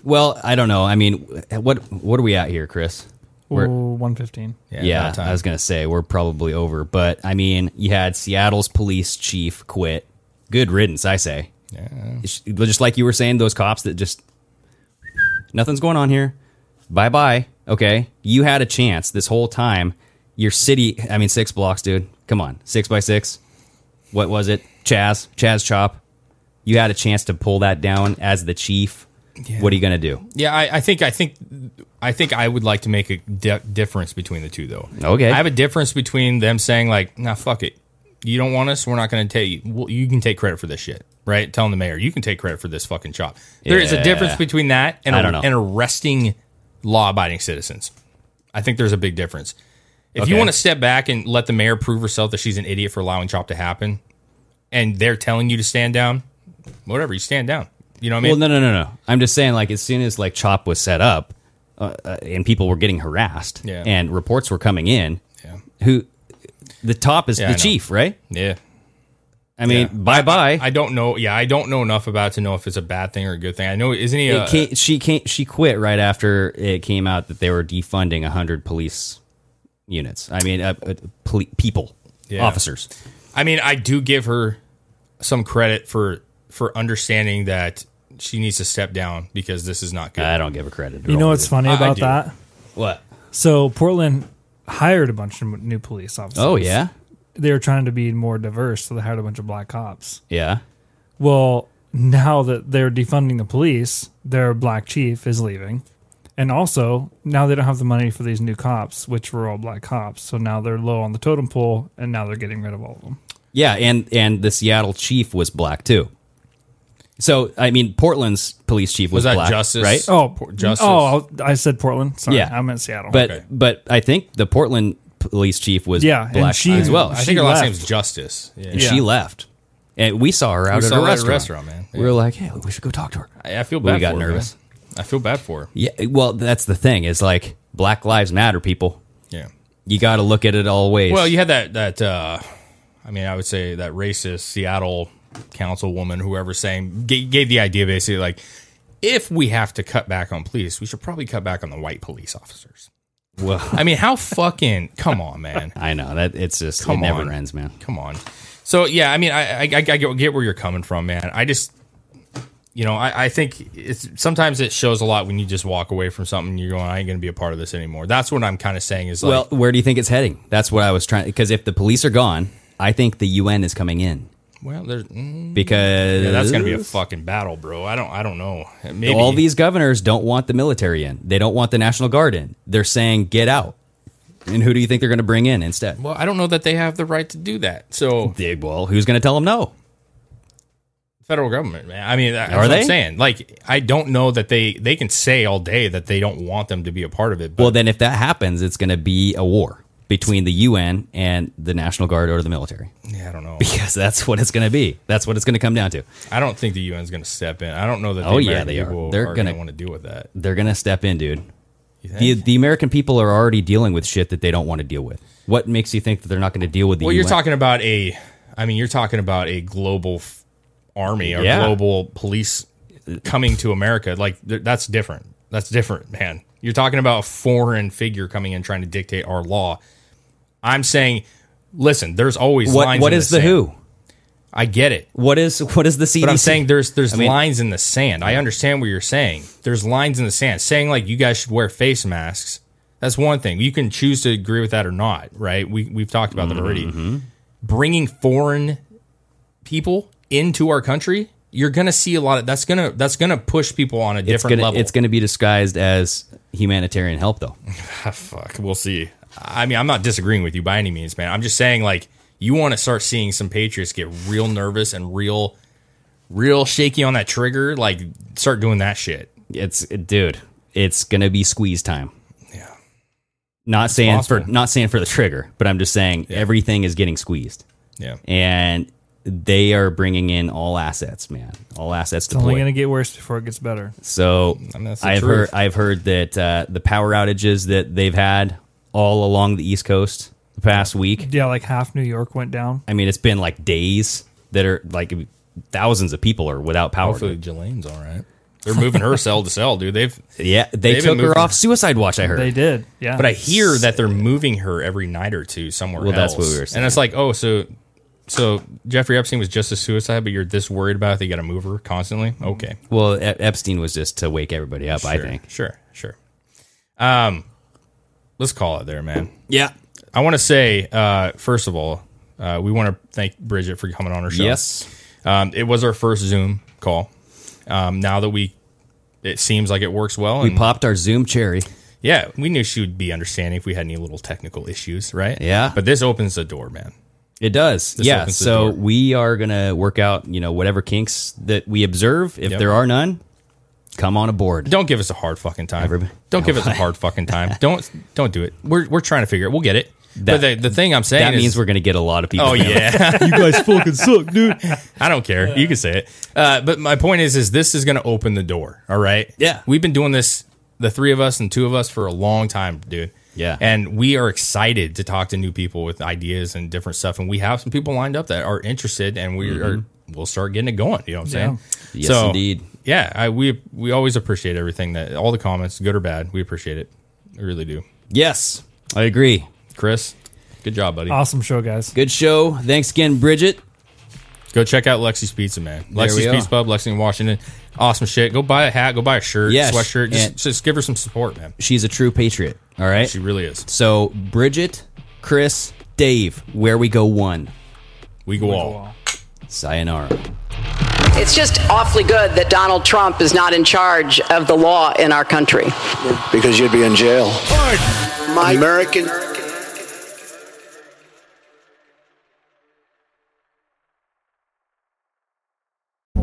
Speaker 7: well i don't know i mean what what are we at here chris We're-
Speaker 9: Ooh, 115.
Speaker 6: yeah,
Speaker 7: yeah,
Speaker 6: about time.
Speaker 7: I was gonna say we're probably over, but I mean, you had Seattle's police chief quit. Good riddance, I say. Yeah. Just like you were saying, those cops that just nothing's going on here. Bye bye. Okay, you had a chance this whole time. Your city, I mean, six blocks, dude. Come on, six by six. What was it, Chaz? Chaz Chop. You had a chance to pull that down as the chief. What are you gonna do?
Speaker 6: Yeah, I, I think I think I think I would like to make a di- difference between the two, though.
Speaker 7: Okay.
Speaker 6: I have a difference between them saying like, "Nah, fuck it, you don't want us. We're not going to take you. Well, you can take credit for this shit, right?" Telling the mayor, "You can take credit for this fucking chop." There is
Speaker 7: Yeah.
Speaker 6: a difference between that and
Speaker 7: I
Speaker 6: a-
Speaker 7: don't know.
Speaker 6: and arresting law-abiding citizens. I think there's a big difference. If you
Speaker 7: Okay.
Speaker 6: want to step back and let the mayor prove herself that she's an idiot for allowing chop to happen, and they're telling you to stand down, whatever, you stand down. You know what I mean?
Speaker 7: well, no, no, no, no. I'm just saying, like, as soon as like Chop was set up, uh, uh, and people were getting harassed,
Speaker 6: Yeah.
Speaker 7: and reports were coming in,
Speaker 6: Yeah.
Speaker 7: who the top is
Speaker 6: Yeah, I
Speaker 7: the
Speaker 6: know.
Speaker 7: chief, right?
Speaker 6: yeah.
Speaker 7: I mean, bye bye.
Speaker 6: I don't know. Yeah, I don't know enough about it to know if it's a bad thing or a good thing. I know isn't he? A,
Speaker 7: It ca- she can She quit right after it came out that they were defunding hundred police units. I mean, uh, uh, poli- people,
Speaker 6: Yeah.
Speaker 7: officers.
Speaker 6: I mean, I do give her some credit for for understanding that she needs to step down because this is not good.
Speaker 7: I don't give her credit. at
Speaker 9: You know
Speaker 7: all.
Speaker 9: what's funny
Speaker 6: I- I
Speaker 9: about
Speaker 6: do.
Speaker 9: that?
Speaker 7: What?
Speaker 9: So Portland hired a bunch of new police officers.
Speaker 7: Oh yeah,
Speaker 9: They were trying to be more diverse, so they hired a bunch of black cops.
Speaker 7: yeah.
Speaker 9: Well, now that they're defunding the police, their black chief is leaving. And also, now they don't have the money for these new cops, which were all black cops. So now they're low on the totem pole, and now they're getting rid of all of them.
Speaker 7: Yeah, and and the Seattle chief was black too. So I mean, Portland's police chief
Speaker 6: Was
Speaker 7: was,
Speaker 6: that
Speaker 7: black,
Speaker 6: Justice?
Speaker 7: right?
Speaker 9: Oh, Oh, I said Portland. Sorry,
Speaker 7: Yeah.
Speaker 9: I meant Seattle.
Speaker 7: but but I think the Portland police chief was
Speaker 9: Yeah, and
Speaker 7: black
Speaker 9: she-
Speaker 7: as well.
Speaker 6: I
Speaker 9: she
Speaker 6: think her last
Speaker 9: left.
Speaker 6: name's Justice. Yeah.
Speaker 7: and she left, and we saw her out
Speaker 6: We
Speaker 7: at,
Speaker 6: saw
Speaker 7: a
Speaker 6: her at a
Speaker 7: restaurant.
Speaker 6: restaurant, man.
Speaker 7: We were like, hey, we should go talk to her.
Speaker 6: I, I feel
Speaker 7: We
Speaker 6: bad.
Speaker 7: got
Speaker 6: for her,
Speaker 7: nervous.
Speaker 6: man. I feel bad for her.
Speaker 7: Yeah, well, that's the thing. Is like Black Lives Matter, people.
Speaker 6: Yeah.
Speaker 7: You got to look at it all ways.
Speaker 6: Well, you had that that uh, I mean, I would say that racist Seattle councilwoman, whoever, saying g- gave the idea basically like, if we have to cut back on police, we should probably cut back on the white police officers.
Speaker 7: Well,
Speaker 6: I mean,
Speaker 7: [laughs]
Speaker 6: how fucking come on, man.
Speaker 7: I know that it's just
Speaker 6: Come
Speaker 7: it never
Speaker 6: on.
Speaker 7: ends, man.
Speaker 6: Come on. So yeah, I mean, I I, I I get where you're coming from, man. I just, you know, I, I think it's sometimes it shows a lot when you just walk away from something. And you're going, I ain't gonna be a part of this anymore. That's what I'm kind of saying is like,
Speaker 7: well, where do you think it's heading? That's what I was trying. Because if the police are gone, I think the UN is coming in
Speaker 6: well, there's mm,
Speaker 7: because
Speaker 6: yeah, that's gonna be a fucking battle, bro. I don't I don't know. Maybe
Speaker 7: all these governors don't want the military in. They don't want the National Guard in. They're saying get out. And who do you think they're going to bring in instead?
Speaker 6: Well, I don't know that they have the right to do that. So
Speaker 7: Dig well, who's going to tell them no?
Speaker 6: federal government, man. I mean, that's
Speaker 7: Are
Speaker 6: what
Speaker 7: they?
Speaker 6: I'm saying. Like, I don't know that they they can say all day that they don't want them to be a part of it. But
Speaker 7: Well, then if that happens, it's going to be a war between the UN and the National Guard or the military [laughs]
Speaker 6: yeah, I don't know.
Speaker 7: because that's what it's going to be. That's what it's going to come down to.
Speaker 6: I don't think the UN's going to step in. I don't know that. The
Speaker 7: Oh, yeah,
Speaker 6: American
Speaker 7: they are.
Speaker 6: people
Speaker 7: They're
Speaker 6: are
Speaker 7: gonna-
Speaker 6: going to want to deal with that.
Speaker 7: They're going to step in, dude. The,
Speaker 6: think?
Speaker 7: the American people are already dealing with shit that they don't want to deal with. What makes you think that they're not going to deal with the
Speaker 6: Well,
Speaker 7: UN?
Speaker 6: you're talking about a. I mean, you're talking about a global f- army or
Speaker 7: Yeah.
Speaker 6: global police coming to America. Like th- that's different. That's different, man. You're talking about a foreign figure coming in trying to dictate our law. I'm saying, listen, there's always
Speaker 7: what,
Speaker 6: lines.
Speaker 7: what
Speaker 6: in
Speaker 7: is the,
Speaker 6: sand.
Speaker 7: who?
Speaker 6: I get it.
Speaker 7: What is what is the CDC?
Speaker 6: But I'm saying there's there's
Speaker 7: I mean-
Speaker 6: lines in the sand. I understand what you're saying. There's lines in the sand. Saying like you guys should wear face masks. That's one thing. You can choose to agree with that or not, right? We we've talked about that
Speaker 7: Mm-hmm.
Speaker 6: already. Bringing foreign people into our country, you're going to see a lot of that's going to that's going to push people on a
Speaker 7: it's
Speaker 6: different
Speaker 7: gonna,
Speaker 6: level.
Speaker 7: It's going to be disguised as humanitarian help, though.
Speaker 6: Ah, fuck, we'll see. I mean, I'm not disagreeing with you by any means, man. I'm just saying, like, you want to start seeing some Patriots get real nervous and real, real shaky on that trigger. Like, start doing that shit.
Speaker 7: It's dude, it's going to be squeeze time. Yeah. Not saying for
Speaker 6: possible.
Speaker 7: not saying for the trigger, but I'm just saying everything is getting squeezed,
Speaker 6: Yeah.
Speaker 7: and they are bringing in all assets, man, all assets
Speaker 9: it's only
Speaker 7: deployed.
Speaker 9: going to get worse before it gets better.
Speaker 7: So
Speaker 6: I mean, that's the
Speaker 7: I've
Speaker 6: truth.
Speaker 7: heard I've heard that uh, the power outages that they've had all along the East Coast the past week.
Speaker 9: Yeah, like half New York went down.
Speaker 7: I mean, it's been like days that are like thousands of people are without power.
Speaker 6: Hopefully, Jelane's all right. They're moving
Speaker 7: [laughs]
Speaker 6: her cell to cell, dude. They've,
Speaker 7: Yeah,
Speaker 6: They've
Speaker 7: they
Speaker 6: been
Speaker 7: took her
Speaker 6: moving-
Speaker 7: off suicide watch. I heard.
Speaker 9: They did. Yeah,
Speaker 6: but I hear that they're moving her every night or two somewhere
Speaker 7: Well,
Speaker 6: else.
Speaker 7: that's what we were saying.
Speaker 6: And it's like, oh, so, so Jeffrey Epstein was just a suicide, but you're this worried about it that you got to move her constantly. Okay.
Speaker 7: Well, E- Epstein was just to wake everybody up. I
Speaker 6: Sure,
Speaker 7: think.
Speaker 6: Sure, sure. Um, let's call it there, man.
Speaker 7: Yeah.
Speaker 6: I want to say, uh, first of all, uh, we want to thank Bridget for coming on our show.
Speaker 7: Yes.
Speaker 6: um, it was our first Zoom call. Um, now that we, it seems like it works well.
Speaker 7: We
Speaker 6: and-
Speaker 7: popped our Zoom cherry.
Speaker 6: yeah, we knew she would be understanding if we had any little technical issues, right?
Speaker 7: Yeah.
Speaker 6: but this opens the door, man.
Speaker 7: It does.
Speaker 6: This
Speaker 7: yeah.
Speaker 6: opens the
Speaker 7: So
Speaker 6: door.
Speaker 7: we are gonna work out, you know, whatever kinks that we observe. If
Speaker 6: Yep.
Speaker 7: there are none, come on aboard.
Speaker 6: Don't give us a hard fucking time.
Speaker 7: Everybody-
Speaker 6: Don't give us a hard fucking time. Don't don't do it. We're we're trying to figure it. We'll get it. but the,
Speaker 7: That-
Speaker 6: the thing I'm saying
Speaker 7: That
Speaker 6: is,
Speaker 7: means we're gonna get a lot of people.
Speaker 6: oh yeah.
Speaker 9: [laughs] you guys fucking suck, dude.
Speaker 6: I don't care. You can say it. Uh, but my point is, is this is going to open the door. All right.
Speaker 7: Yeah.
Speaker 6: We've been doing this, the three of us and two of us, for a long time, dude.
Speaker 7: Yeah.
Speaker 6: And we are excited to talk to new people with ideas and different stuff. And we have some people lined up that are interested, and we are we'll start getting it going. You know what I'm saying?
Speaker 7: Mm-hmm. Yes, indeed.
Speaker 6: Yeah. I, we we always appreciate everything that all the comments, good or bad, we appreciate it. We really do.
Speaker 7: Yes, I agree.
Speaker 6: Chris, good job, buddy.
Speaker 9: Awesome show, guys.
Speaker 7: Good show. Thanks again, Bridget.
Speaker 6: Go check out Lexi's Pizza, man.
Speaker 7: we
Speaker 6: Lexi's
Speaker 7: are.
Speaker 6: Pizza Pub, Lexington, Washington. Awesome shit. Go buy a hat. Go buy a shirt,
Speaker 7: Yes,
Speaker 6: sweatshirt. Just,
Speaker 7: and-
Speaker 6: just give her some support, man.
Speaker 7: She's a true patriot. All right.
Speaker 6: She really is.
Speaker 7: So Bridget, Chris, Dave, where we go one.
Speaker 6: We go all.
Speaker 7: Sayonara.
Speaker 4: It's just awfully good that Donald Trump is not in charge of the law in our country.
Speaker 2: Because you'd be in jail. My American.